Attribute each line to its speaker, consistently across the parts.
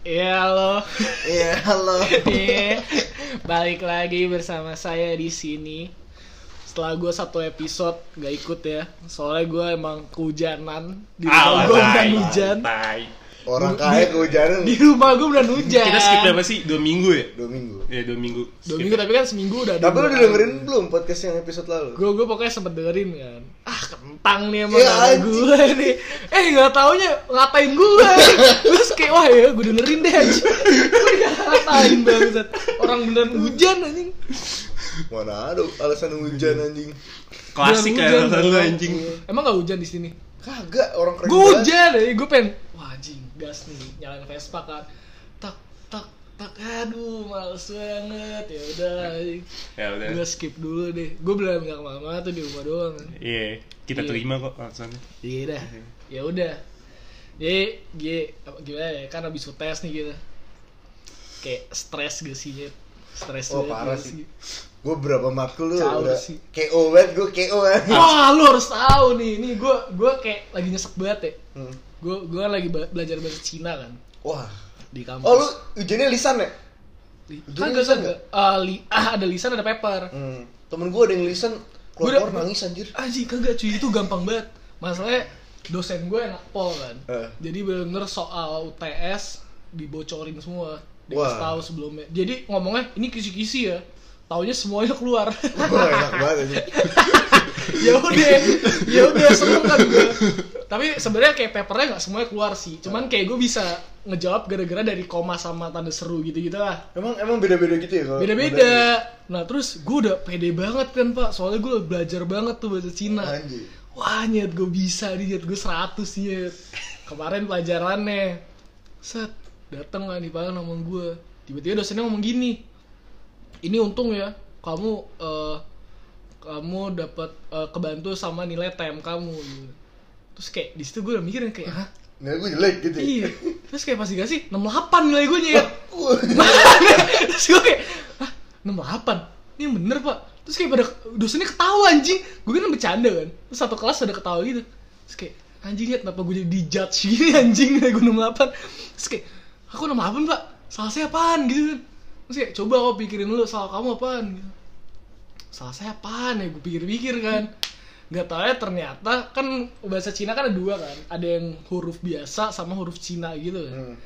Speaker 1: Iya halo.
Speaker 2: Iya, halo.
Speaker 1: Iya. Balik lagi bersama saya di sini. Setelah gue satu episode gak ikut ya, soalnya gue emang kehujanan di rumah
Speaker 3: Ah,
Speaker 1: gue
Speaker 3: Alay,
Speaker 1: udah hujan.
Speaker 3: tai.
Speaker 2: Orang kaya kehujanan
Speaker 1: Di rumah gue udah hujan.
Speaker 3: Kita skip berapa sih? Dua minggu ya?
Speaker 2: dua minggu.
Speaker 3: Ya dua minggu.
Speaker 1: Dua
Speaker 3: Skip
Speaker 1: minggu
Speaker 3: ya.
Speaker 1: tapi kan seminggu udah.
Speaker 2: Tapi lu udah dengerin belum podcast yang episode lalu?
Speaker 1: Gue gue pokoknya sempet dengerin kan. Ah kentang nih emang
Speaker 2: Ya,
Speaker 1: ya,
Speaker 2: anjing.
Speaker 1: gue nih. Eh nggak taunya ngatain gue. Terus kayak wah ya gue dengerin deh. anjing. Gua Ngatain banget. Orang beneran hujan anjing.
Speaker 2: Mana ada alasan hujan anjing?
Speaker 3: Klasik
Speaker 1: Udah
Speaker 3: ya
Speaker 1: hujan,
Speaker 3: alasan lu
Speaker 1: bro.
Speaker 3: anjing.
Speaker 1: Emang gak hujan di sini?
Speaker 2: Kagak, orang keren.
Speaker 1: Gue
Speaker 2: banget.
Speaker 1: hujan ya, gue pengen Wah anjing, gas nih, nyalain Vespa kan Tak, tak, tak, aduh males banget ya udah
Speaker 3: Ya udah.
Speaker 1: Gue skip dulu deh Gue belum gak kemana-mana tuh di rumah doang
Speaker 3: Iya, kita
Speaker 1: Iya.
Speaker 3: terima kok alasannya.
Speaker 1: Iya dah, ya udah Jadi, gie- apa- gimana ya, kan abis tes nih gitu Kayak stres gak sih, Nyet? Stres
Speaker 2: Oh,
Speaker 1: banget
Speaker 2: parah
Speaker 1: gak
Speaker 2: sih. Gue berapa matkul lu
Speaker 1: Caur
Speaker 2: udah
Speaker 1: sih.
Speaker 2: KO banget, gue KO kan.
Speaker 1: Wah lu harus tahu nih, nih gue gua kayak lagi nyesek banget ya
Speaker 2: Hmm.
Speaker 1: Gue gua kan lagi ba- belajar bahasa Cina kan
Speaker 2: Wah.
Speaker 1: di kampus.
Speaker 2: Oh lu hujannya lisan ya?
Speaker 1: Li-
Speaker 2: Jadi
Speaker 1: kagak
Speaker 2: lisan
Speaker 1: kagak.
Speaker 2: nggak?
Speaker 1: Ah, li- ah, ada lisan ada paper.
Speaker 2: Hmm. Temen gue ada yang lisan
Speaker 1: Gua udah-
Speaker 2: keluar nangis anjir.
Speaker 1: Anjing kagak cuy itu gampang banget. Masalahnya dosen gue enak pol kan.
Speaker 2: Eh.
Speaker 1: Jadi bener-bener soal UTS dibocorin semua. Dikasih
Speaker 2: Wah.
Speaker 1: tahu sebelumnya. Jadi ngomongnya ini kisi-kisi ya. Taunya semuanya keluar.
Speaker 2: Wah enak banget anjir.
Speaker 1: ya udah, ya udah seneng kan gue. Tapi sebenarnya kayak papernya nggak semuanya keluar sih.
Speaker 2: Eh.
Speaker 1: Cuman kayak gue bisa ngejawab gara-gara dari koma sama tanda seru gitu-gitu lah.
Speaker 2: Emang emang beda-beda gitu ya kalau-
Speaker 1: beda-beda. Nah terus gue udah pede banget kan pak, soalnya gue belajar banget tuh bahasa Cina.
Speaker 2: Anjir.
Speaker 1: Wah nyet gue bisa nih nyet gue 100 nyet. Kemarin pelajarannya, set dateng lah nih pak ngomong gue. Tiba-tiba dosennya ngomong gini, ini untung ya kamu eh, kamu dapat eh, kebantu sama nilai TM kamu. gitu. Terus kayak di situ gue udah mikir yang kayak, hah?
Speaker 2: Nah gue jelek gitu.
Speaker 1: Iya. Terus kayak pasti gak sih 68 nilai gue nyet.
Speaker 2: Wah,
Speaker 1: terus gue kayak Hah, 68 ini yang bener pak terus kayak pada dosennya ketawa anjing gue kan bercanda kan terus satu kelas ada ketawa gitu terus kayak anjing lihat kenapa gue jadi di judge gini anjing dari gue 68 terus kayak aku 68 pak salah saya apaan gitu kan terus kayak coba kau pikirin dulu salah kamu apaan gitu salah saya apaan ya gue pikir-pikir kan nggak tahu ya ternyata kan bahasa Cina kan ada dua kan ada yang huruf biasa sama huruf Cina gitu kan
Speaker 2: Hmm.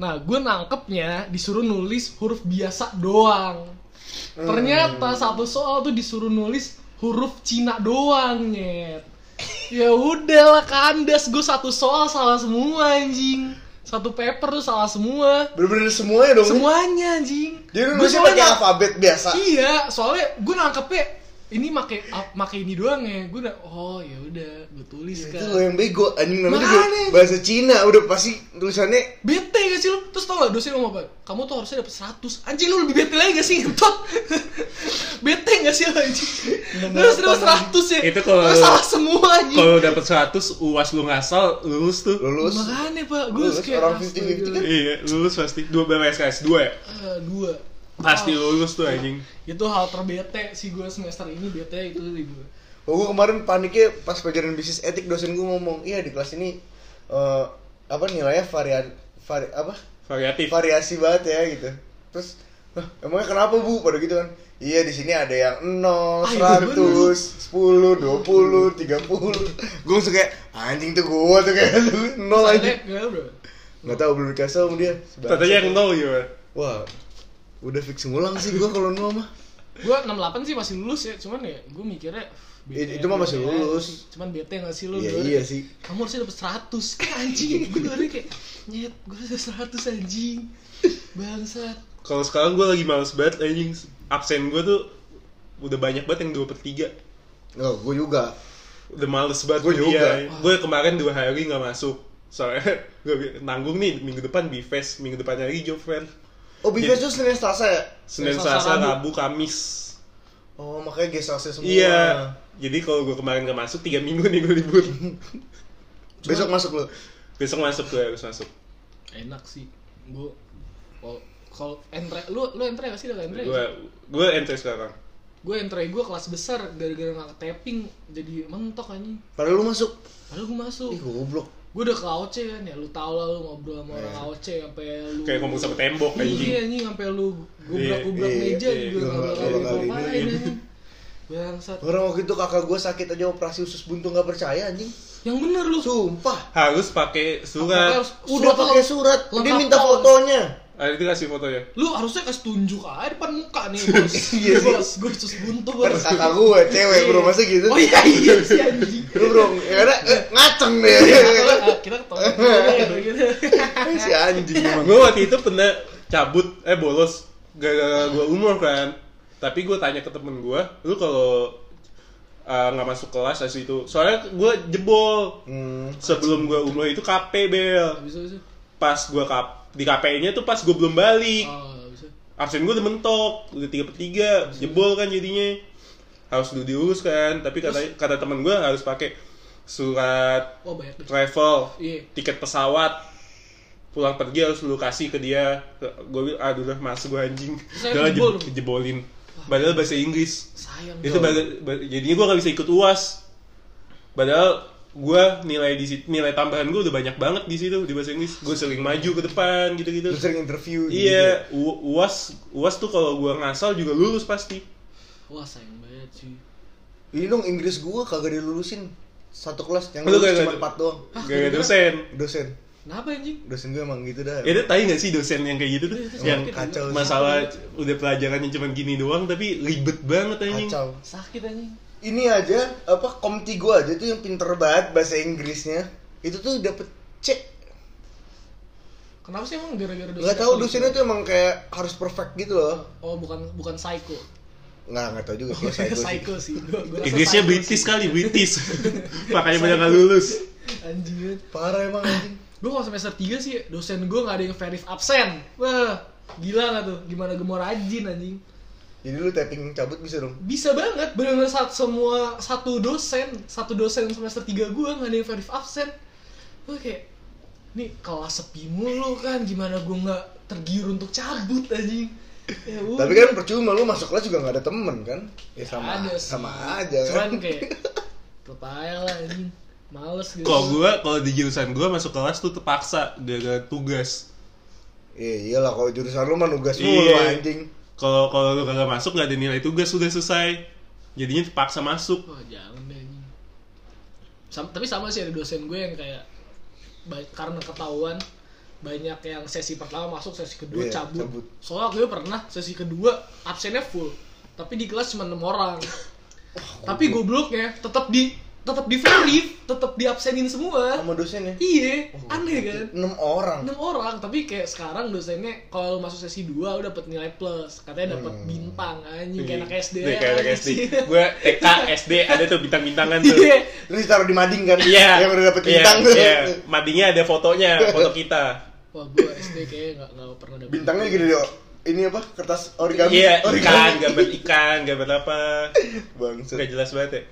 Speaker 1: Nah, gue nangkepnya disuruh nulis huruf biasa doang.
Speaker 2: Hmm.
Speaker 1: Ternyata satu soal tuh disuruh nulis huruf Cina doang, nyet. Ya udahlah kandas gue satu soal salah semua anjing. Satu paper tuh salah semua.
Speaker 2: Bener-bener semuanya dong.
Speaker 1: Semuanya anjing.
Speaker 2: Jadi lu
Speaker 1: Gua
Speaker 2: nulisnya
Speaker 1: soalnya
Speaker 2: pakai
Speaker 1: nang-
Speaker 2: alfabet biasa.
Speaker 1: Iya, soalnya gue nangkepnya ini make ap- make ini doang ya. Gue udah oh ya udah gue tulis
Speaker 2: Ya Itu
Speaker 1: kan.
Speaker 2: lo yang bego, anjing namanya juga
Speaker 1: Makanya.
Speaker 2: bahasa Cina udah pasti tulisannya
Speaker 1: Bete gak sih lu? Terus tau gak dosen ngomong apa? Kamu tuh harusnya dapet 100 Anjing lu lebih bete lagi gak sih? Ngentot Bete gak sih lu anjing? Lu harus dapet 100 ya
Speaker 3: Itu kalau-
Speaker 1: Lu salah semua anjing
Speaker 3: Kalau dapat 100 UAS lu ngasal lulus tuh.
Speaker 2: lulus.
Speaker 1: Makanya pak Gue
Speaker 2: Lulus
Speaker 1: kayak gitu.
Speaker 2: orang
Speaker 1: astaga.
Speaker 2: 50-50 kan?
Speaker 3: Iya, lulus pasti. Dua berapa SKS? Dua ya?
Speaker 1: Ah, Dua
Speaker 3: Pasti lulus tuh anjing.
Speaker 1: Itu hal terbete sih gue semester ini Bete itu sih gue
Speaker 2: Oh, gue kemarin paniknya pas pelajaran bisnis etik dosen gue ngomong, "Iya di kelas ini eh, apa nilainya varian vari, apa?
Speaker 3: Variatif.
Speaker 2: Variasi banget ya gitu." Terus "Hah, emangnya kenapa bu pada gitu kan iya di sini ada yang 0,
Speaker 1: Ah, iya,
Speaker 2: 100, 10, 20, 30 gue langsung kayak anjing tuh gue tuh kayak 0 aja
Speaker 1: Soalnya, gak bro
Speaker 2: nggak tahu belum dikasih tau sama dia
Speaker 3: Tadinya yang nol iya. gimana?
Speaker 2: wah udah fix ngulang sih gue kalau nol mah
Speaker 1: Gue 68 sih masih lulus ya Cuman ya gue mikirnya
Speaker 2: Itu- itu mah masih
Speaker 1: bete aja
Speaker 2: lulus.
Speaker 1: sih. Cuman bete gak sih lu?
Speaker 2: iya
Speaker 1: Dua-
Speaker 2: iya sih
Speaker 1: kamu harusnya dapet 100 kayak anjing gue dengerin kayak nyet gue dapet 100 anjing bangsat
Speaker 3: Kalau sekarang gue lagi males banget anjing. Absen gue tuh udah banyak banget yang 2 per 3
Speaker 2: Oh, gue juga.
Speaker 3: udah males banget
Speaker 2: Gua juga.
Speaker 3: gue kemarin dua hari nggak masuk soalnya gue nanggung nih minggu depan bifest minggu depannya lagi job fair
Speaker 2: Oh, Bifest tuh Senin Selasa ya?
Speaker 3: senin
Speaker 1: Selasa,
Speaker 3: selasa
Speaker 1: Rabu.
Speaker 3: rabu kamis
Speaker 2: Oh, makanya gesasnya semua.
Speaker 3: iya jadi kalau gue kemarin nggak masuk tiga minggu nih gue libur
Speaker 2: Besok masuk lo.
Speaker 3: besok masuk gue harus masuk
Speaker 1: enak sih gue kalau kalau entre lu lu entre gak sih udah entre
Speaker 3: gue gue entry sekarang
Speaker 1: gue entre gue kelas besar gara-gara nggak tapping jadi mentok anjing
Speaker 2: Padahal lu masuk.
Speaker 1: padahal gue masuk
Speaker 2: Ih, goblok.
Speaker 1: gue udah ke AOC kan ya lu tau lah lu ngobrol sama orang
Speaker 2: Iya.
Speaker 1: AOC sampai lu
Speaker 3: Kayak ngomong sama tembok
Speaker 1: Iya
Speaker 3: anjing.
Speaker 1: anjing sampai lu gubrak-gubrak
Speaker 2: Iya, iya,
Speaker 1: meja
Speaker 3: iya,
Speaker 1: juga
Speaker 2: iya,
Speaker 1: nggak
Speaker 2: iya,
Speaker 1: bakal
Speaker 2: iya,
Speaker 1: ngapain
Speaker 3: iya.
Speaker 1: anjing. Bangsat.
Speaker 2: Orang waktu itu kakak gue sakit aja operasi usus buntu nggak percaya anjing.
Speaker 1: Yang bener lu.
Speaker 2: Sumpah.
Speaker 3: Harus pakai
Speaker 1: Apakah
Speaker 3: surat.
Speaker 1: harus-
Speaker 2: Udah
Speaker 1: surat
Speaker 2: pakai
Speaker 1: lu-
Speaker 2: surat. Dia
Speaker 1: lengkap
Speaker 2: minta
Speaker 1: tau.
Speaker 2: fotonya.
Speaker 3: Ah, itu kasih fotonya.
Speaker 1: Lu harusnya kasih tunjuk aja depan muka nih bos.
Speaker 2: Iya sih.
Speaker 1: bos, gue sus buntu
Speaker 2: Kan
Speaker 1: bos.
Speaker 2: kakak gue cewek bro masa gitu.
Speaker 1: Oh iya iya sih anjing. Ah,
Speaker 2: Lu iya, bro, ya karena eh, ngaceng deh.
Speaker 1: Iya. Kita iya, gitu. ketemu.
Speaker 2: Eh, si anjing emang.
Speaker 3: gue waktu itu pernah cabut eh bolos gara-gara gue umur kan tapi gue tanya ke temen gue lu kalau uh, nggak masuk kelas asli itu soalnya gue jebol
Speaker 2: Hmm.
Speaker 3: sebelum gue umur itu KP bel
Speaker 1: Bisa bisa.
Speaker 3: pas gue kap di KP-nya tuh pas gue belum balik
Speaker 1: Oh bisa.
Speaker 3: absen gue udah mentok udah tiga per tiga jebol kan jadinya harus dulu diurus kan tapi kata kata temen gue harus pakai surat
Speaker 1: Wah banyak deh.
Speaker 3: travel
Speaker 1: Iya.
Speaker 3: tiket pesawat pulang pergi harus lu kasih ke dia gue bilang aduh udah mas gue anjing
Speaker 1: Saya
Speaker 3: udah lah,
Speaker 1: jebol.
Speaker 3: jeb- jebolin padahal bahasa Inggris
Speaker 1: Sayang.
Speaker 3: itu baga- ba- jadinya gue nggak bisa ikut uas padahal gue nilai di situ- nilai tambahan gue udah banyak banget di situ di bahasa Inggris gue sering maju ke depan gitu gitu
Speaker 2: Lu sering gitu ya? interview
Speaker 3: iya U- uas uas tuh kalau gue ngasal juga lulus pasti
Speaker 1: Wah sayang banget sih.
Speaker 2: gitu. Ini dong Inggris gue kagak dilulusin satu kelas yang
Speaker 3: Lu
Speaker 2: lulus
Speaker 3: kagak-
Speaker 2: cuma 4 doang.
Speaker 1: Hah,
Speaker 3: gak
Speaker 1: gara-gara?
Speaker 3: dosen Ya,
Speaker 2: Dosen.
Speaker 1: Kenapa anjing?
Speaker 2: Dosen gue emang gitu
Speaker 1: Iya.
Speaker 2: dah.
Speaker 3: itu tai gak sih dosen yang kayak gitu tuh
Speaker 1: Itu
Speaker 3: yang
Speaker 1: sakit,
Speaker 2: kacau
Speaker 1: anjing.
Speaker 2: sih.
Speaker 3: masalah udah pelajarannya cuman gini doang tapi ribet banget anjing
Speaker 2: Kacau.
Speaker 1: Sakit anjing.
Speaker 2: ini aja apa komti gua aja tuh yang pinter banget bahasa Inggrisnya itu tuh dapet
Speaker 1: Iya,
Speaker 2: C
Speaker 1: Kenapa sih emang gara-gara dosen?
Speaker 2: nggak tahu
Speaker 1: Katolik?
Speaker 2: dosennya tuh emang kayak harus perfect gitu loh
Speaker 1: Oh bukan bukan psycho.
Speaker 2: Iya, nggak nggak tahu juga kalau saya
Speaker 1: Oh, iya, psycho sih. Gua, gua rasa
Speaker 3: Inggrisnya
Speaker 1: psycho
Speaker 3: British kan?
Speaker 1: sih.
Speaker 3: kali, British. Makanya banyak nggak lulus.
Speaker 1: Anjir.
Speaker 2: parah emang anjing
Speaker 1: Gue kalau semester 3 sih dosen gue gak ada yang verif absen. Wah, gila gak tuh? Gimana gue mau rajin anjing?
Speaker 2: jadi lu tapping cabut bisa dong
Speaker 1: Bisa banget, bener-bener saat semua satu dosen, satu dosen semester 3 gue gak ada yang verif absen. Gue kayak, nih kelas sepi mulu kan, gimana gue gak tergiur untuk cabut anjing. Ya, udah.
Speaker 2: tapi kan percuma lu masuk kelas juga nggak ada temen kan ya sama
Speaker 1: Ada sih.
Speaker 2: sama aja
Speaker 1: Cuman
Speaker 2: kan
Speaker 1: kayak, tetep aja lah anjing. Males gitu.
Speaker 3: Kalau gue, kalau di jurusan gue masuk kelas tuh terpaksa gara tugas.
Speaker 2: iya iyalah kalau jurusan lu mah nugas mulu
Speaker 3: Iya.
Speaker 2: anjing
Speaker 3: Kalau kalau lu kagak masuk nggak ada nilai tugas sudah selesai. Jadinya terpaksa masuk.
Speaker 1: Wah jangan deh anjing. Sam- tapi sama sih ada dosen gue yang kayak ba- karena ketahuan banyak yang sesi pertama masuk sesi kedua
Speaker 2: Iya,
Speaker 1: cabut.
Speaker 2: cabut.
Speaker 1: Soalnya gue pernah sesi kedua absennya full, tapi di kelas cuma enam orang. tapi gobloknya tetap di tetap di verif, tetap di absenin semua.
Speaker 2: sama dosennya
Speaker 1: Iya,
Speaker 3: Oh,
Speaker 1: aneh kan?
Speaker 2: enam orang
Speaker 1: enam orang tapi kayak sekarang dosennya kalau lu masuk sesi 2 lu dapet nilai plus katanya dapet bintang anjing kayak anak SD
Speaker 3: Hmm. Iya, Kayak anak
Speaker 1: anjing.
Speaker 3: SD. Gue TK, SD ada tuh bintang-bintangan tuh.
Speaker 1: Iya.
Speaker 2: lu ditaruh di mading kan
Speaker 3: Iya.
Speaker 2: yang udah dapet
Speaker 3: Iya,
Speaker 2: bintang tuh
Speaker 3: Iya. Madinya ada fotonya, foto kita.
Speaker 1: Wah gue SD kayaknya gak, gak pernah dapet
Speaker 2: bintangnya gini deh ini apa kertas origami
Speaker 3: Iya, ikan,
Speaker 2: origami
Speaker 3: gambar ikan, gambar apa.
Speaker 2: Bangsat.
Speaker 3: Gak jelas banget ya.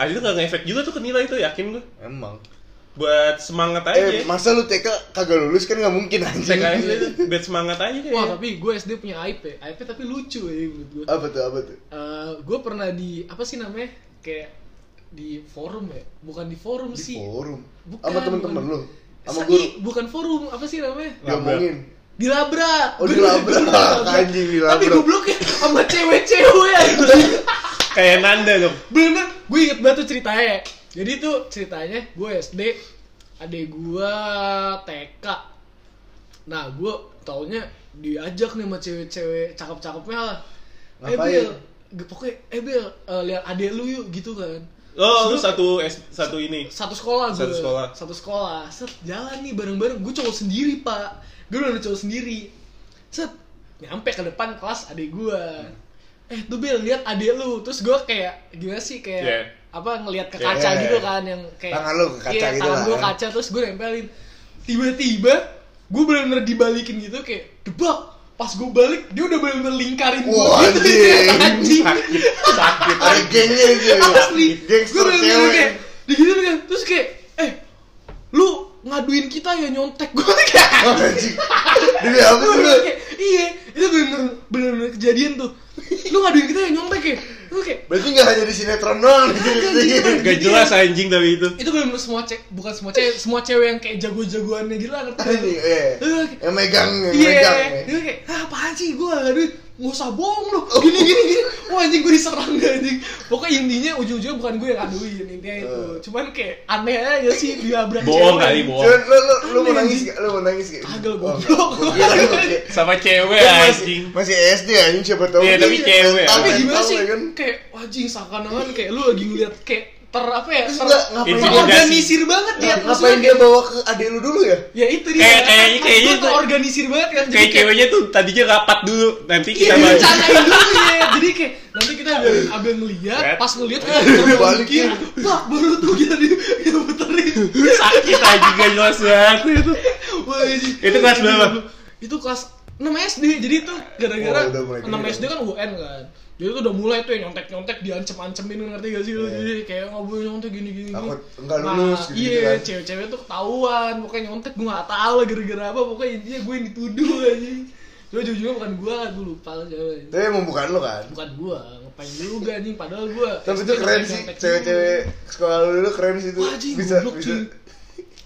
Speaker 3: Ah itu kagak efek juga tuh ke nilai tuh, yakin gue.
Speaker 2: Emang.
Speaker 3: Buat semangat
Speaker 2: Eh,
Speaker 3: aja.
Speaker 2: masa lu TK kagak lulus kan nggak mungkin anjing.
Speaker 3: TKS itu bed semangat aja kayak.
Speaker 1: Iya. Wah tapi gue SD punya IP IP tapi lucu ya menurut gue
Speaker 2: Apa tuh, apa tuh?
Speaker 1: Eh, Gue pernah di apa sih namanya kayak di forum ya bukan di forum
Speaker 2: Di
Speaker 1: sih
Speaker 2: forum.
Speaker 1: Bukan,
Speaker 2: Sama temen-temen
Speaker 1: bukan.
Speaker 2: lu. Sama
Speaker 1: Sa-
Speaker 2: guru.
Speaker 1: i- bukan forum apa sih namanya
Speaker 2: Diomongin.
Speaker 1: dilabrak
Speaker 2: Oh,
Speaker 1: Gua-
Speaker 2: dilabrak.
Speaker 1: gua dilabrak.
Speaker 2: Anjing, dilabrak.
Speaker 1: tapi gobloknya sama cewek-cewek anjing.
Speaker 3: Kayak Nanda dong.
Speaker 1: bener gue inget banget tuh ceritanya jadi tuh ceritanya gue SD adek gue TK nah gue taunya diajak nih sama cewek-cewek cakep-cakepnya lah eh
Speaker 2: Ngapain?
Speaker 1: Bel ge- pokoknya eh Bel eh, lihat adek lu yuk gitu kan
Speaker 3: Oh, lu
Speaker 1: Terus gua-
Speaker 3: satu S- satu ini.
Speaker 1: satu sekolah gue
Speaker 3: Satu sekolah.
Speaker 1: satu sekolah set jalan nih bareng-bareng gue cowok sendiri pak gue udah ada cowok sendiri set nyampe ke depan kelas adek gue
Speaker 3: Hmm.
Speaker 1: eh tuh Bel lihat adek lu terus gue kayak gimana sih kayak
Speaker 3: Yeah.
Speaker 1: apa ngelihat ke
Speaker 3: Yeah.
Speaker 1: kaca gitu kan yang kayak
Speaker 2: Tangan lu ke kaca
Speaker 1: iya,
Speaker 2: gitu
Speaker 1: tangan
Speaker 2: lah.
Speaker 1: gue kaca terus gue nempelin tiba-tiba gue bener-bener dibalikin gitu kayak debak pas gue balik dia udah bener-bener lingkarin gue
Speaker 2: Wah, anjing.
Speaker 1: anjing
Speaker 3: Sakit, sakit.
Speaker 2: Ada gengnya gitu. ya.
Speaker 1: asli gue
Speaker 2: Gangster
Speaker 1: bener
Speaker 2: cewek.
Speaker 1: kayak digitu kan terus kayak eh lu ngaduin kita ya nyontek gue kayak "Iya."
Speaker 2: Oh, Anjing. Demi
Speaker 1: Gua
Speaker 2: apa sih lu?
Speaker 1: bener kayak, iya itu bener bener, bener kejadian tuh lu ngaduin kita yang nyontek ya lu kayak
Speaker 2: Berarti nggak hanya di sinetron doang. gitu.
Speaker 1: anjing.
Speaker 3: Gak jelas anjing tapi itu.
Speaker 1: itu belum semua cek bukan semua cewek semua cewek yang kayak jago-jagoannya gitu lah ngerti
Speaker 2: Ini, iya.
Speaker 1: Lu kayak,
Speaker 2: Yang megang, yang
Speaker 1: Iya,
Speaker 2: megang. eh.
Speaker 1: dia kayak, ah apaan sih gue gak duit Gak usah bohong lu, gini gini gini Wah anjing gue diserang gak anjing Pokoknya intinya ujung-ujungnya bukan gue yang aduin Intinya itu,
Speaker 2: Eh.
Speaker 1: cuman kayak aneh aja sih dia abrak
Speaker 3: Bohong
Speaker 1: cewek.
Speaker 3: kali, bohong.
Speaker 2: Cuman lu lu lu mau
Speaker 1: Aneh,
Speaker 2: nangis
Speaker 1: anjing.
Speaker 2: gak? Lu mau nangis gak?
Speaker 1: Kagak,
Speaker 2: Oh,
Speaker 1: goblok.
Speaker 2: nggak. Gua kira lu kayak-
Speaker 3: Sama cewek
Speaker 2: Kan masih,
Speaker 3: Ya, anjing.
Speaker 2: masih SD anjing siapa tahu.
Speaker 3: Iya, tapi cewek.
Speaker 1: Tapi
Speaker 3: Aneh,
Speaker 1: gimana sih,
Speaker 2: Kan?
Speaker 1: kayak wah, anjing seakan-akan kayak lu lagi ngeliat kayak ter apa ya
Speaker 2: Terus
Speaker 1: ter,
Speaker 2: nggak- ngapain-
Speaker 1: terorganisir banget dia
Speaker 2: Ngapain dia
Speaker 1: kan-
Speaker 2: bawa ke adik lu dulu ya?
Speaker 1: ya itu dia
Speaker 3: Kayak- kayaknya- kayaknya
Speaker 1: Itu
Speaker 3: tuh-
Speaker 1: terorganisir banget kan jadi
Speaker 3: Kayak ceweknya tuh tadinya rapat dulu, nanti
Speaker 1: Iya,
Speaker 3: kita balik.
Speaker 1: rencanain dulu ya. Jadi kayak nanti kita ambil ambil ngeliat,
Speaker 3: Bet.
Speaker 1: pas ngeliat kita puter
Speaker 2: Balikin.
Speaker 1: balikin. Wah, baru tuh Ya, kita di kita puterin.
Speaker 3: Sakit anjing gak jelas banget itu.
Speaker 1: Wah, anjing.
Speaker 3: Itu kelas berapa?
Speaker 1: Itu kelas 6 SD. Jadi itu gara-gara
Speaker 2: Oh, udah mulai
Speaker 1: 6
Speaker 2: gede.
Speaker 1: SD kan UN kan. Jadi itu udah mulai tuh yang nyontek-nyontek diancem-ancemin ngerti gak sih lu? Jadi kayak nggak boleh nyontek gini-gini.
Speaker 2: Iya. Takut nggak lulus gitu-gitu
Speaker 1: Iya,
Speaker 2: kan.
Speaker 1: cewek-cewek tuh ketahuan. Pokoknya nyontek gue nggak tahu lah gara-gara apa. Pokoknya intinya gue yang dituduh aja. Cuma jujur bukan gue, gue lupa siapa
Speaker 2: Tapi emang bukan lu kan?
Speaker 1: bukan gua ngapain juga anjing padahal gua
Speaker 2: Tapi itu keren sih, cewek-cewek sekolah lu dulu keren sih itu.
Speaker 1: Wah, anjing,
Speaker 2: Bisa
Speaker 1: goblok,
Speaker 2: bisa.
Speaker 1: cuy.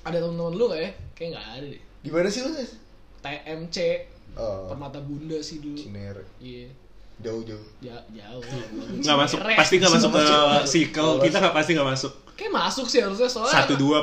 Speaker 1: ada teman-teman lu kayak kayak nggak ada deh
Speaker 2: Gimana sih lu? Guys?
Speaker 1: TMC
Speaker 2: Oh,
Speaker 1: permata bunda sih dulu
Speaker 2: Cinere.
Speaker 1: iya
Speaker 2: Jauh-jauh.
Speaker 1: ja- jauh
Speaker 3: Nggak masuk,
Speaker 1: Cinere.
Speaker 3: pasti nggak masuk ke
Speaker 1: Cinere.
Speaker 3: circle kita nggak pasti nggak masuk.
Speaker 1: kayak masuk sih harusnya soalnya
Speaker 3: Satu dua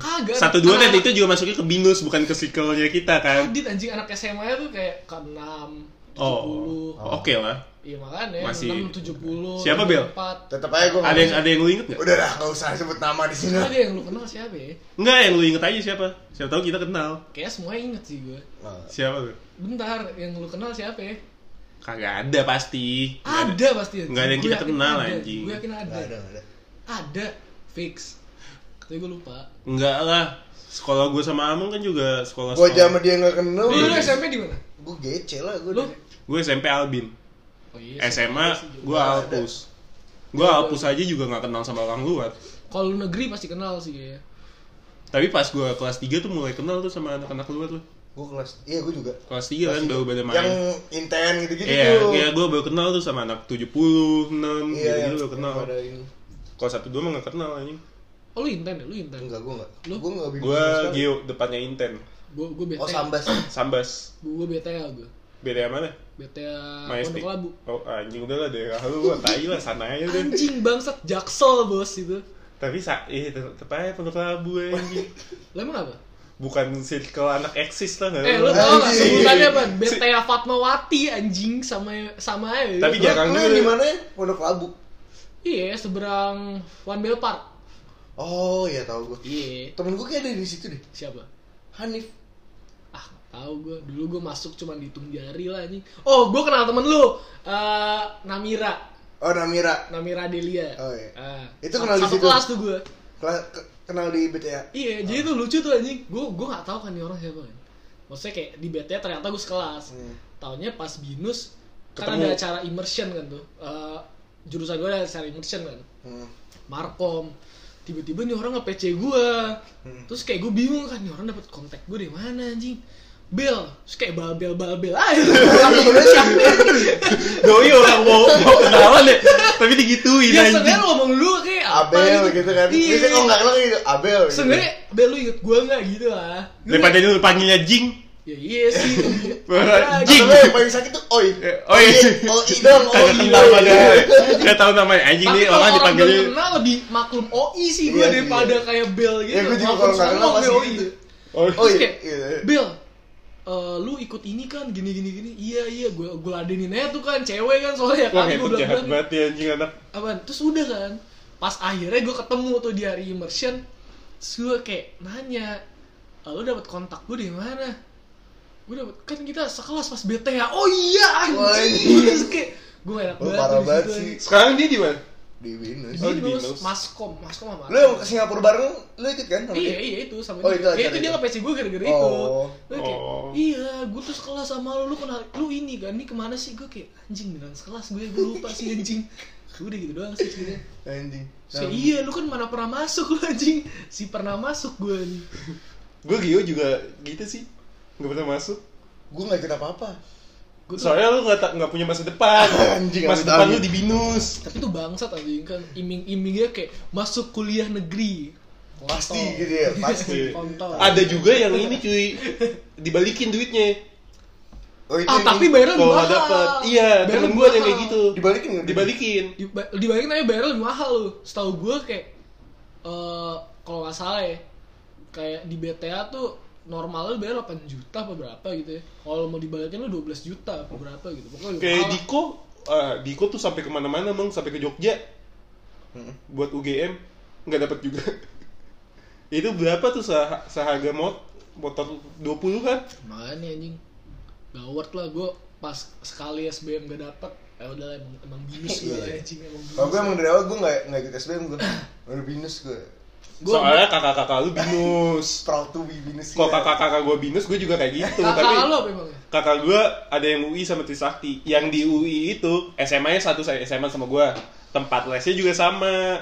Speaker 1: Oh, iya. Kagak.
Speaker 3: Satu dua
Speaker 1: Anak-
Speaker 3: nanti itu juga masuknya ke binus bukan ke circle-nya kita kan.
Speaker 1: Adit anjing anak SMA nya tuh kayak ke 6 70
Speaker 3: Oh, oke lah.
Speaker 1: iya makanya
Speaker 3: Masih.
Speaker 1: 6, 70
Speaker 3: Siapa, Bel?
Speaker 1: 4
Speaker 2: Tetap aja gua.
Speaker 3: Ada yang ada yang lu inget nggak?
Speaker 2: Udah lah, enggak usah sebut nama di sini.
Speaker 1: ada yang lu kenal siapa ya
Speaker 3: Enggak, yang lu inget aja siapa? Siapa tahu kita kenal.
Speaker 1: kayak semua inget sih gua
Speaker 2: Nah,
Speaker 3: Siapa tuh?
Speaker 1: bentar yang lu kenal siapa ya
Speaker 3: Kagak ada pasti. Nggak ada.
Speaker 1: ada pasti
Speaker 3: Nggak ada yang
Speaker 1: Gua
Speaker 3: kita
Speaker 1: yakin
Speaker 3: kenal,
Speaker 1: ada.
Speaker 3: anjing.
Speaker 1: gue yakin ada
Speaker 2: Enggak ada, enggak ada.
Speaker 1: ada fix tapi gue lupa
Speaker 3: Enggak lah. Sekolah gue sama Amang kan juga sekolah
Speaker 2: Gua aja sama
Speaker 3: sekolah.
Speaker 2: dia enggak kenal.
Speaker 1: lu
Speaker 3: Iya.
Speaker 1: dulu SMP di mana
Speaker 2: Gua gece lah gua.
Speaker 1: lu
Speaker 2: dari-
Speaker 3: Gue SMP Albin.
Speaker 1: oh, iya,
Speaker 3: SMA
Speaker 1: sih, juga.
Speaker 3: gue Alpus. Gue Alpus aja juga nggak kenal sama orang luar.
Speaker 1: kalau lu negeri pasti kenal sih ya
Speaker 3: Tapi pas gue kelas 3 tuh mulai kenal tuh sama anak-anak luar tuh.
Speaker 2: Gua kelas. Iya, gua juga.
Speaker 3: Kelas 3 kan baru pada main.
Speaker 2: Yang inten gitu-gitu
Speaker 3: Iya,
Speaker 2: tuh.
Speaker 3: iya gue baru kenal tuh sama anak 70, 6,
Speaker 2: Iya,
Speaker 3: gitu-gitu
Speaker 2: yang-
Speaker 3: baru kenal.
Speaker 2: yang pada ini.
Speaker 3: Kalau satu dua mah nggak kenal anjing.
Speaker 1: oh lu inten ya lu inten
Speaker 2: Enggak, gua enggak.
Speaker 1: Lu?
Speaker 2: Gua enggak
Speaker 3: Gue
Speaker 2: sama sekali.
Speaker 3: Gio depannya Inten,
Speaker 1: gue gue BTA
Speaker 2: Oh, sambas.
Speaker 3: Sambas,
Speaker 1: gue BTA gue
Speaker 3: beda yang mana?
Speaker 1: BTA
Speaker 3: Majestic.
Speaker 1: ya. Ah, Pondok Labu
Speaker 3: Oh anjing udah lah daerah lu, gua tai lah sana aja deh.
Speaker 1: anjing bangsat jaksel bos itu
Speaker 3: Tapi sa eh tetep aja pondok labu anjing.
Speaker 1: lo emang apa
Speaker 3: Bukan circle anak eksis lah nggak
Speaker 1: eh
Speaker 3: lu?
Speaker 1: lu tau gak
Speaker 2: Anjing.
Speaker 1: sebutannya apa BTA Fatmawati anjing sama ya, sama aja
Speaker 3: Tapi jarang
Speaker 2: Lu- lu
Speaker 3: juga.
Speaker 2: di mana? ya? Pondok Labu.
Speaker 1: iya seberang One Bell Park
Speaker 2: Oh, iya tahu gua.
Speaker 1: iya
Speaker 2: Temen gua kayak ada di situ deh.
Speaker 1: siapa
Speaker 2: Hanif.
Speaker 1: ah nggak tahu gue dulu gue masuk cuman dihitung jari lah anjing oh gue kenal temen lu Eh, Namira
Speaker 2: Oh, Namira.
Speaker 1: Namira Delia
Speaker 2: Oh, iya.
Speaker 1: Ah.
Speaker 2: Itu kenal di
Speaker 1: satu
Speaker 2: situ?
Speaker 1: kelas tuh gue
Speaker 2: Kela- ke- kenal di BTA.
Speaker 1: iya jadi tuh lucu tuh anjing gue gue nggak tahu kan ini orang siapa kan maksudnya kayak di BTA ternyata gue sekelas
Speaker 2: Hmm.
Speaker 1: tahunnya pas binus kan
Speaker 3: Ketemu.
Speaker 1: ada acara immersion kan tuh Eh, jurusan gue ada acara immersion kan
Speaker 2: Hmm.
Speaker 1: Markom tiba-tiba nih orang nge-PC gue
Speaker 2: Hmm.
Speaker 1: terus kayak gue bingung kan nih orang dapat kontak gue dari mana anjing bel terus kayak babel babel aja
Speaker 2: Iya,
Speaker 1: Iya,
Speaker 3: Doi orang mau mau kenalan ya, tapi digituin
Speaker 1: ya
Speaker 3: anjing.
Speaker 1: sebenarnya lo ngomong dulu kayak apa
Speaker 2: Abel gitu kan.
Speaker 1: iya
Speaker 2: Biasanya kalau enggak kenal gitu Abel gitu.
Speaker 1: sebenarnya bel lu inget gue nggak gitu lah Gua
Speaker 3: Daripada lu panggilnya Jing.
Speaker 1: kayak, ya iya sih Iya, gitu.
Speaker 3: Jing.
Speaker 2: Atau enggak yang paling sakit tuh oi.
Speaker 3: Eh, Oi,
Speaker 1: Oh,
Speaker 2: Oi dong, oi. Iya.
Speaker 3: kagak kenal
Speaker 2: oi.
Speaker 3: padahal. Gak tahu namanya anjing
Speaker 1: iya. tapi
Speaker 3: nih
Speaker 1: kalau
Speaker 3: orang
Speaker 1: orang belum
Speaker 3: dipanggilnya
Speaker 1: kenal lebih maklum OI sih gue
Speaker 2: Iya,
Speaker 1: daripada
Speaker 2: iya.
Speaker 1: kayak bel gitu
Speaker 2: Ya gue juga
Speaker 1: Maklum
Speaker 2: kalau nggak kenal
Speaker 1: semua
Speaker 2: pasti
Speaker 1: gue OI.
Speaker 2: gitu.
Speaker 3: Oh,
Speaker 2: Oi.
Speaker 1: Terus kayak,
Speaker 2: Iya.
Speaker 1: Bel, eh, lu ikut ini kan gini gini gini iya iya gue gue ladenin aja tuh kan cewek kan soalnya
Speaker 3: Wah,
Speaker 1: kan gue
Speaker 3: itu
Speaker 1: udah
Speaker 3: jahat
Speaker 1: bilang
Speaker 3: banget ya anjing anak.
Speaker 1: Apaan? terus udah kan pas akhirnya gue ketemu tuh di hari immersion terus gue kayak nanya "Ah, lu dapat kontak gue di mana gue dapat kan kita sekelas pas BTA oh iya
Speaker 2: Wah,
Speaker 1: anjing
Speaker 2: iya.
Speaker 1: terus kayak gue enak
Speaker 2: Lu
Speaker 1: banget
Speaker 2: parah
Speaker 1: tuh di
Speaker 2: banget
Speaker 1: situ,
Speaker 2: sih.
Speaker 1: anjing.
Speaker 3: Sekarang dia di mana?
Speaker 2: Di Binus.
Speaker 3: Oh, di
Speaker 1: Binus,
Speaker 3: Binus.
Speaker 1: maskom maskom sama
Speaker 2: Lu yang ke Singapura bareng lu ikut kan? sama
Speaker 1: iya
Speaker 2: dia?
Speaker 1: iya itu sama
Speaker 2: Oh,
Speaker 1: dia
Speaker 2: itu acara
Speaker 1: ya, itu dia
Speaker 2: itu.
Speaker 1: nge-PC gue gara-gara
Speaker 2: Oh.
Speaker 1: itu Gue kayak,
Speaker 3: Oh.
Speaker 1: iya gue tuh sekelas sama lu lu kenal lu ini kan ini kemana sih gue kayak anjing bilang sekelas gue gue lupa sih anjing udah gitu doang sih ceritanya
Speaker 2: Anjing.
Speaker 1: Terus
Speaker 2: Nah.
Speaker 1: kayak, iya lu kan mana pernah masuk lu anjing si pernah masuk gue nih
Speaker 3: Gue Gio juga gitu sih. Gak pernah masuk.
Speaker 2: Gue enggak ikut apa-apa.
Speaker 1: Gua tuh-
Speaker 3: Soalnya lu nggak ta- nggak punya masa depan.
Speaker 2: Anjing,
Speaker 3: masa
Speaker 2: amit-amit.
Speaker 3: depan lu di binus.
Speaker 1: tapi itu bangsat anjing kan iming-imingnya kayak masuk kuliah negeri
Speaker 2: Pasti
Speaker 1: Kontol.
Speaker 2: gitu ya, pasti.
Speaker 1: Kontol.
Speaker 3: Ada juga yang ini cuy dibalikin duitnya.
Speaker 2: Oh itu
Speaker 1: ah
Speaker 2: yang
Speaker 1: tapi bayarnya lebih
Speaker 3: Kalau
Speaker 1: mahal
Speaker 3: nggak dapet, iya.
Speaker 1: Bayarnya
Speaker 3: Temen
Speaker 1: lebih
Speaker 3: gue ada yang
Speaker 1: mahal.
Speaker 3: kayak gitu.
Speaker 2: dibalikin nggak?
Speaker 3: Dibalikin.
Speaker 1: Diba- dibalikin tapi bayarnya lebih mahal lu setahu gue kayak eh kalau nggak salah ya kayak di BTA tuh normalnya lu bayar 8 juta apa berapa gitu ya kalau mau dibalikin lu 12 juta apa berapa gitu pokoknya lebih
Speaker 3: Kayak
Speaker 1: mahal.
Speaker 3: Diko, eh, Diko tuh sampai kemana-mana bang, sampai ke Jogja
Speaker 2: Hmm.
Speaker 3: buat UGM nggak dapet juga. Itu berapa tuh sah- seharga mot motor 20 kan?
Speaker 1: makanya anjing gak worth lah gue pas sekali SBM gak dapet ya udah lah, emang emang binus gue lah
Speaker 2: Iya.
Speaker 1: anjing emang binus
Speaker 2: Kalau gue emang dari awal gue nggak nggak ikut SBM gue, baru binus gue.
Speaker 1: Gua- Iya.
Speaker 3: Soalnya kakak-kakak lu binus.
Speaker 2: Proud to be binus.
Speaker 3: Kalau
Speaker 2: ya.
Speaker 3: kakak-kakak gue binus, gue juga kayak gitu.
Speaker 1: kakak
Speaker 3: Tapi
Speaker 1: lu apa emang
Speaker 3: kakak gue ada yang UI sama Trisakti. Yang di UI itu SMA-nya satu saya SMA sama gue. Tempat lesnya juga sama.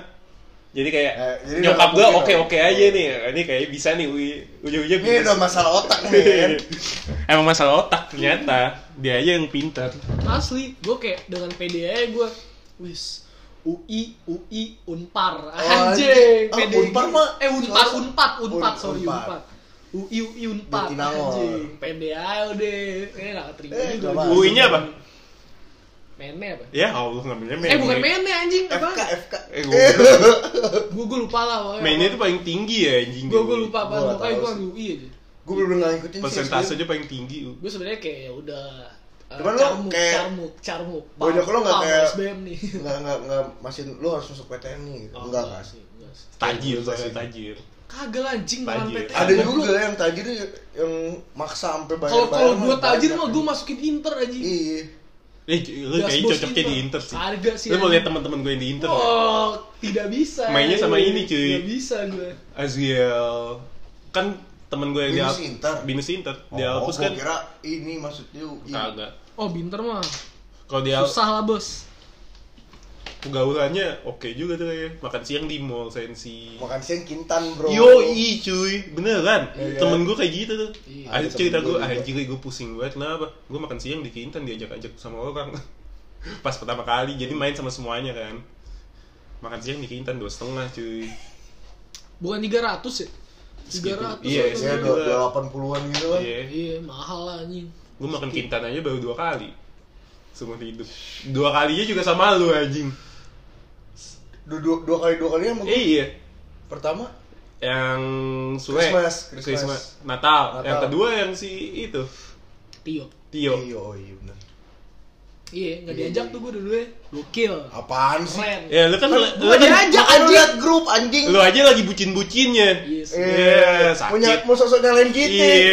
Speaker 3: Jadi kayak
Speaker 2: Eh, jadi
Speaker 3: nyokap
Speaker 2: udah
Speaker 3: gue
Speaker 2: mungkin
Speaker 3: oke oke
Speaker 2: dong. Iya
Speaker 3: aja nih. Nah, Ini kayak bisa nih UI. Ujung-ujungnya
Speaker 2: Ini
Speaker 3: binus.
Speaker 2: udah masalah otak nih
Speaker 3: Iya.
Speaker 2: kan.
Speaker 3: Emang masalah otak ternyata. Dia aja yang pintar.
Speaker 1: asli gue kayak dengan PD aja gue wis UI UI Unpar
Speaker 2: anjing.
Speaker 1: anjing
Speaker 2: Ah,
Speaker 1: PD
Speaker 2: Unpar mah
Speaker 1: eh Unpar
Speaker 2: suara-
Speaker 1: Unpad Unpad
Speaker 2: Un-
Speaker 1: sorry
Speaker 2: Unpad.
Speaker 1: Unpad UI UI Unpad
Speaker 2: Jatinangor.
Speaker 1: anjing PD aja udah kayaknya gak keterima
Speaker 2: Eh,
Speaker 1: juga
Speaker 2: gak
Speaker 1: gua.
Speaker 2: masuk.
Speaker 3: UI-nya apa?
Speaker 1: Mene apa
Speaker 3: Ya Allah namanya
Speaker 1: eh bukan Mene anjing apa
Speaker 2: FK FK.
Speaker 3: Eh, goblok.
Speaker 1: gue gue lupa lah
Speaker 3: Mainnya itu paling tinggi ya anjing.
Speaker 1: gue gue lupa apa
Speaker 2: Gua gak
Speaker 1: pokoknya
Speaker 2: tahu
Speaker 1: gue
Speaker 2: sih.
Speaker 1: UI aja
Speaker 2: Gue belum nggak ngikutin sih
Speaker 3: Persentase
Speaker 2: SBM.
Speaker 3: aja paling tinggi.
Speaker 1: gue sebenarnya kayak ya udah eh,
Speaker 2: Cuman lu
Speaker 1: carmuk,
Speaker 2: kayak-
Speaker 1: carmuk, carmuk, Pam,
Speaker 2: Banyak lo nggak
Speaker 1: pam,
Speaker 2: kayak-
Speaker 1: SBM nih.
Speaker 2: Nggak nggak nggak masih lu harus masuk PTN nih. Gitu.
Speaker 1: Oh,
Speaker 2: enggak enggak.
Speaker 1: enggak sih.
Speaker 3: Tajir,
Speaker 2: Iya,
Speaker 3: saya tajir.
Speaker 1: Kagak lah, anjing malah
Speaker 3: Tajir.
Speaker 1: PTN.
Speaker 2: Ada
Speaker 1: Goblok.
Speaker 2: juga ya. yang tajir yang maksa sampai bayar.
Speaker 1: Kalau kalau gue tajir mah gue masukin inter aja.
Speaker 2: Iya.
Speaker 3: Eh, lu
Speaker 1: Gas
Speaker 3: kayaknya
Speaker 1: bos
Speaker 3: cocoknya
Speaker 1: Inter.
Speaker 3: di Inter sih.
Speaker 1: Harga sih,
Speaker 3: Lu mau
Speaker 1: anjing.
Speaker 3: lihat teman-teman gue yang di Inter. ya?
Speaker 1: Oh, tidak bisa.
Speaker 3: Mainnya sama ini, cuy.
Speaker 1: Tidak bisa gue.
Speaker 3: Azriel kan teman gue yang di
Speaker 2: Binus
Speaker 3: Al-
Speaker 2: Inter.
Speaker 3: Binus Inter. Di
Speaker 2: Oh,
Speaker 3: Alpus
Speaker 2: gua
Speaker 3: kan
Speaker 2: kira ini maksudnya iya. UI.
Speaker 3: kagak.
Speaker 1: Oh, binter mah
Speaker 3: Kalau di Alpus
Speaker 1: susah lah bos.
Speaker 3: gaulannya oke juga tuh ya. Makan siang di mall sensi.
Speaker 2: Makan siang kintan bro.
Speaker 3: Yoi cuy, beneran.
Speaker 2: Iya.
Speaker 3: Temen gue kayak gitu tuh.
Speaker 1: Iya.
Speaker 3: Ada
Speaker 2: Ada
Speaker 3: cerita
Speaker 2: temen
Speaker 3: gue,
Speaker 2: gua juga.
Speaker 3: anjir gue pusing banget. Kenapa? Gue makan siang di Kintan diajak-ajak sama orang. Pas pertama kali, jadi main sama semuanya kan. Makan siang di Kintan dua setengah cuy.
Speaker 1: Bukan 300 ya? 300
Speaker 3: Iya,
Speaker 1: atau berapa?
Speaker 2: Ya dua dua delapan puluhan gitu kan.
Speaker 3: Iya.
Speaker 1: Iya, mahal lah anjing.
Speaker 3: Gue makan kintan aja baru dua kali Seumur hidup Dua kalinya juga sama lu anjing
Speaker 2: Dua, dua, dua kali dua kali yang
Speaker 3: Eh iya
Speaker 2: pertama
Speaker 3: Yang suwe
Speaker 2: Christmas, Christmas.
Speaker 3: Natal.
Speaker 2: Natal.
Speaker 3: Yang kedua yang si itu
Speaker 1: Tio.
Speaker 3: Tio
Speaker 2: Iya, oh iya benar.
Speaker 1: Iya, nggak diajak tuh gue dulu ya. Gokil.
Speaker 2: Apaan sih?
Speaker 1: Keren.
Speaker 3: Ya lu kan lu, lu
Speaker 1: Gua
Speaker 3: kan-
Speaker 1: diajak
Speaker 2: Lu
Speaker 1: anjing.
Speaker 2: liat grup anjing.
Speaker 3: lu aja lagi bucin-bucinnya
Speaker 1: Yes.
Speaker 3: Eh,
Speaker 2: Iya,
Speaker 3: sakit.
Speaker 2: punya mau sosok nyalain kita.
Speaker 3: Iya.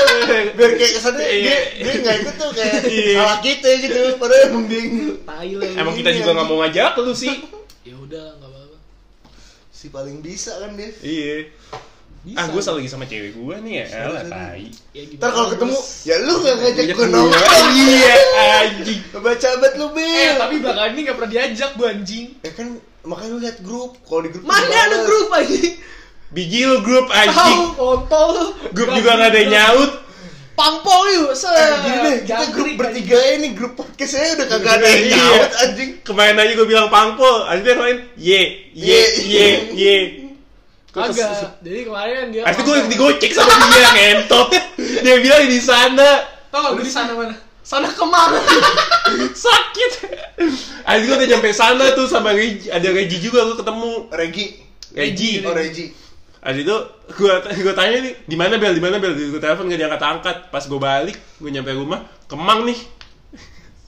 Speaker 2: Biar kayak kesannya
Speaker 3: Iya.
Speaker 2: dia dia enggak ikut tuh kayak
Speaker 3: Iya.
Speaker 2: salah kita gitu. Padahal emang dia yang
Speaker 1: Tai lah. iya.
Speaker 3: Emang kita
Speaker 2: ya.
Speaker 3: juga nggak mau ngajak lu sih
Speaker 1: Ya udah lah, nggak apa-apa.
Speaker 2: si paling bisa kan dia.
Speaker 3: Iya
Speaker 1: Bisa.
Speaker 3: Ah gue selalu lagi sama cewek gue nih ya Alah
Speaker 2: Serius,
Speaker 3: tai
Speaker 1: Ya, gimana,
Speaker 2: Ntar kalau ketemu,
Speaker 1: bos?
Speaker 2: ya lu gak ngajak
Speaker 3: Ngajak
Speaker 2: gue
Speaker 3: gua.
Speaker 2: nongkrong
Speaker 3: Iya anjing
Speaker 2: Baca abad lu,
Speaker 1: Eh,
Speaker 2: Bil
Speaker 1: tapi belakangan ini nggak pernah diajak gue anjing.
Speaker 2: Eh kan, makanya lu liat grup Kalau di grup tuh
Speaker 1: Mana ada
Speaker 2: dibales.
Speaker 1: grup anjing?
Speaker 3: Bijil grup
Speaker 1: Tahu
Speaker 3: anjing
Speaker 1: kontol lu.
Speaker 3: Grup juga nggak ada yang nyaut
Speaker 1: Pangpol yuk, se.
Speaker 2: Eh, gini deh, kita
Speaker 1: Jangkrik,
Speaker 2: grup
Speaker 1: anjing.
Speaker 2: bertiga ini grup podcast saya udah kagak ada yang
Speaker 3: Iya.
Speaker 2: nyaut anjing
Speaker 3: kemarin aja gue bilang pangpol akhirnya yang lain ye ye ye ye
Speaker 1: Kagak. Jadi kemarin kan dia.
Speaker 3: akhirnya gue digocek sama dia ngentot dia bilang di sana
Speaker 1: Tahu nggak gue di sana mana? Sana kemana?
Speaker 3: sakit akhirnya gue udah nyampe sana tuh sama Reji ada Reji juga gue ketemu
Speaker 2: Regi
Speaker 1: Iya.
Speaker 3: Reji
Speaker 2: Oh Regi
Speaker 3: Habis itu gue gue tanya nih di mana bel di mana bel gue telepon gak diangkat angkat pas gue balik gue nyampe rumah kemang nih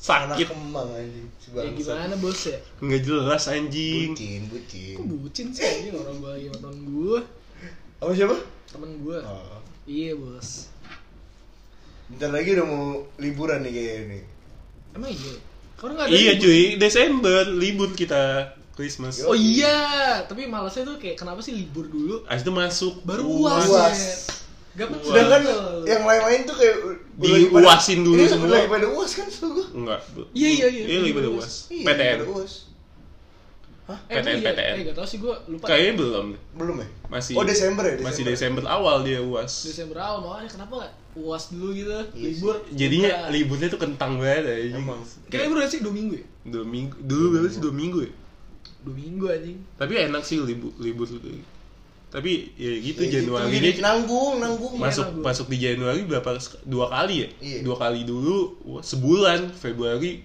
Speaker 2: Anak
Speaker 3: sakit
Speaker 2: kemang anjing Si
Speaker 1: ya
Speaker 2: bangsa.
Speaker 1: gimana bos ya?
Speaker 3: nggak jelas anjing
Speaker 2: Bucin, bucin
Speaker 1: Kok bucin sih anjing orang gue lagi sama temen gue,
Speaker 2: Apa siapa?
Speaker 1: temen gue.
Speaker 2: Oh.
Speaker 1: Iya bos.
Speaker 2: Bentar lagi udah mau liburan nih kayaknya nih
Speaker 1: Emang iya. Kau nggak ada.
Speaker 3: Iya
Speaker 1: libur?
Speaker 3: cuy, Desember libur kita Christmas.
Speaker 1: Oh iya, tapi malasnya tuh kayak kenapa sih libur dulu?
Speaker 3: Abis itu masuk
Speaker 1: Baru
Speaker 3: uas.
Speaker 1: uas.
Speaker 2: Uas.
Speaker 1: Net. Gak Eh, penting.
Speaker 2: Sedangkan yang lain-lain tuh kayak udah lagi pada-
Speaker 3: Diuasin dulu
Speaker 2: Ini
Speaker 3: semua.
Speaker 2: lagi pada uas kan setahu gue
Speaker 3: Enggak. bu-
Speaker 1: Iya, iya, iya.
Speaker 3: Iya lagi pada
Speaker 1: Uas.
Speaker 3: uas.
Speaker 2: Iya,
Speaker 3: PTN.
Speaker 2: pada uas
Speaker 1: Eh, emang
Speaker 3: PTN,
Speaker 1: iya?
Speaker 3: PTN.
Speaker 1: Eh, gak tau sih gue lupa.
Speaker 3: Kayaknya belum. deh.
Speaker 2: Belum ya?
Speaker 3: Masih
Speaker 2: Oh Desember ya?
Speaker 3: Masih Desember awal dia UAS.
Speaker 1: Desember awal makanya kenapa gak uas dulu gitu
Speaker 2: Iya
Speaker 1: libur
Speaker 3: Jadinya
Speaker 1: libur
Speaker 3: liburnya tuh kentang banget ya.
Speaker 2: Emang. Iya.
Speaker 1: kira libur gak sih dua minggu ya
Speaker 3: Dua minggu, dulu berapa sih dua minggu ya?
Speaker 1: dua minggu anjing
Speaker 3: Tapi enak sih libur libur. Tapi ya gitu
Speaker 2: Ya, gitu,
Speaker 3: Januari ini
Speaker 2: jadi Nanggung, nanggung
Speaker 3: masuk
Speaker 1: enak, Bu.
Speaker 3: masuk di Januari berapa sek- dua kali ya?
Speaker 2: Iya.
Speaker 3: Dua kali dulu wah, sebulan Februari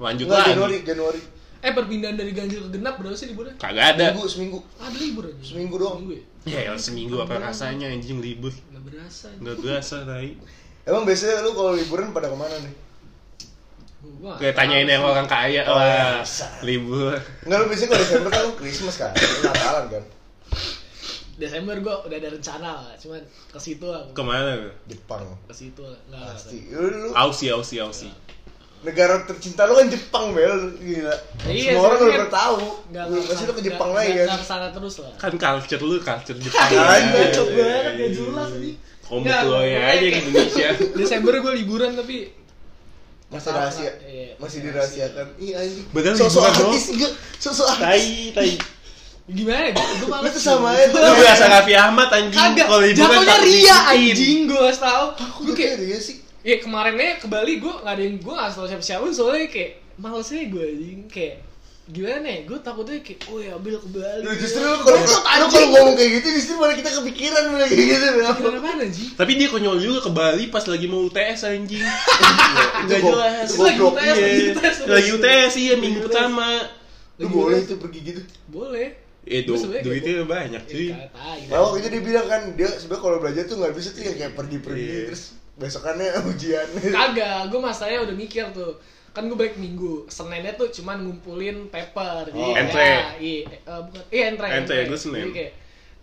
Speaker 3: lanjut
Speaker 2: Enggak,
Speaker 3: lagi.
Speaker 2: Januari, Januari
Speaker 1: eh perpindahan dari ganjil ke genap berapa sih liburnya
Speaker 3: Kagak ada.
Speaker 2: Seminggu, seminggu
Speaker 1: ada libur aja
Speaker 2: Seminggu doang.
Speaker 1: seminggu ya
Speaker 3: Ya, elah, seminggu apa rasanya anjing libur.
Speaker 1: nggak berasa anjing.
Speaker 3: Enggak berasa, Rai.
Speaker 2: Emang biasanya lu kalau liburan pada kemana nih?
Speaker 1: Gua nggak
Speaker 3: Kayak tanyain
Speaker 1: tahu
Speaker 3: yang
Speaker 1: sih.
Speaker 3: orang kaya
Speaker 2: Oh,
Speaker 3: lah.
Speaker 2: bisa.
Speaker 3: Libur.
Speaker 2: Enggak, lu biasanya kalau Desember kan lu Christmas kan? Lu Natalan kan?
Speaker 1: Desember gue udah ada rencana lah cuman ke situ lah
Speaker 3: Kemana?
Speaker 2: Jepang
Speaker 1: ke situ lah nggak nggak
Speaker 2: Pasti Lu, lu,
Speaker 3: Ausi, Ausi, Ausi.
Speaker 2: negara tercinta lu kan Jepang, Bel Gila
Speaker 1: Iya,
Speaker 2: Semua orang
Speaker 1: sebenarnya
Speaker 2: udah tahu
Speaker 1: nggak
Speaker 2: Lu pasti lu ke Jepang lagi
Speaker 1: nggak-
Speaker 2: kan?
Speaker 1: nggak kesana terus lah
Speaker 3: Kan culture lu culture Jepang.
Speaker 2: Iya,
Speaker 3: aja.
Speaker 2: cocok
Speaker 1: Kan banget, gak jelas ini.
Speaker 3: Komik
Speaker 1: Nggak,
Speaker 3: lo ya aja di
Speaker 1: kayak-
Speaker 3: Indonesia.
Speaker 1: Desember gue liburan tapi Nggak
Speaker 2: Masih
Speaker 1: tahu,
Speaker 2: rahasia
Speaker 1: nggak- iya,
Speaker 2: Masih
Speaker 1: masih
Speaker 2: dirahasiakan Iya, anjing
Speaker 3: Bener,
Speaker 2: Sosok
Speaker 3: liburan, bro.
Speaker 2: artis, enggak Sosok artis
Speaker 3: Tai, tai.
Speaker 1: gimana ya gue
Speaker 2: Lu
Speaker 1: malas
Speaker 2: tuh sama
Speaker 1: sih.
Speaker 2: aja
Speaker 3: Lu biasa Raffi Ahmad anjing
Speaker 1: kagak
Speaker 3: kalau liburan
Speaker 1: jatuhnya
Speaker 3: takut
Speaker 1: ria
Speaker 3: diikutin.
Speaker 1: anjing gue harus tahu
Speaker 2: Aku
Speaker 1: gue
Speaker 2: tuh
Speaker 1: kayak
Speaker 2: kayak dia sih
Speaker 1: ya kemarinnya ke Bali gue nggak ada yang gue nggak tahu siapa siapa soalnya kayak malesnya gue anjing kayak gimana ya gue takutnya kayak oh ya ambil ke Bali
Speaker 2: Lu justru lu kalau
Speaker 1: Bangsat,
Speaker 2: lu
Speaker 1: anjing. Iya,
Speaker 2: kalau ngomong kayak gitu justru malah kita kepikiran malah kayak gitu Bel.
Speaker 1: Pikiran apaan anjing
Speaker 3: Tapi dia konyol juga ke Bali pas lagi mau UTS anjing. Enggak
Speaker 2: go-
Speaker 3: jelas.
Speaker 2: itu
Speaker 1: lagi
Speaker 2: goblok,
Speaker 1: UTS
Speaker 3: Iya.
Speaker 1: lagi UTS
Speaker 3: Lagi UTS iya minggu pertama.
Speaker 2: Lu
Speaker 1: Lagi
Speaker 2: boleh
Speaker 1: UTS.
Speaker 2: tuh pergi gitu
Speaker 1: boleh Ya, Gua Iya,
Speaker 3: Eh
Speaker 1: kan.
Speaker 3: du-
Speaker 1: sebenarnya
Speaker 3: duitnya banyak cuy.
Speaker 1: kayak tai.
Speaker 2: Nah, waktu itu dia bilang kan dia sebenarnya kalau belajar tuh nggak bisa tuh yang kayak pergi-pergi
Speaker 3: Iya.
Speaker 2: terus besokannya ujian.
Speaker 1: kagak gue masanya udah mikir tuh kan gue break minggu seninnya tuh cuman ngumpulin paper jadi
Speaker 2: Oh.
Speaker 1: ya,
Speaker 3: Entree.
Speaker 1: iya eh, bukan iya entree
Speaker 3: Entree, gua Senin.
Speaker 1: jadi kayak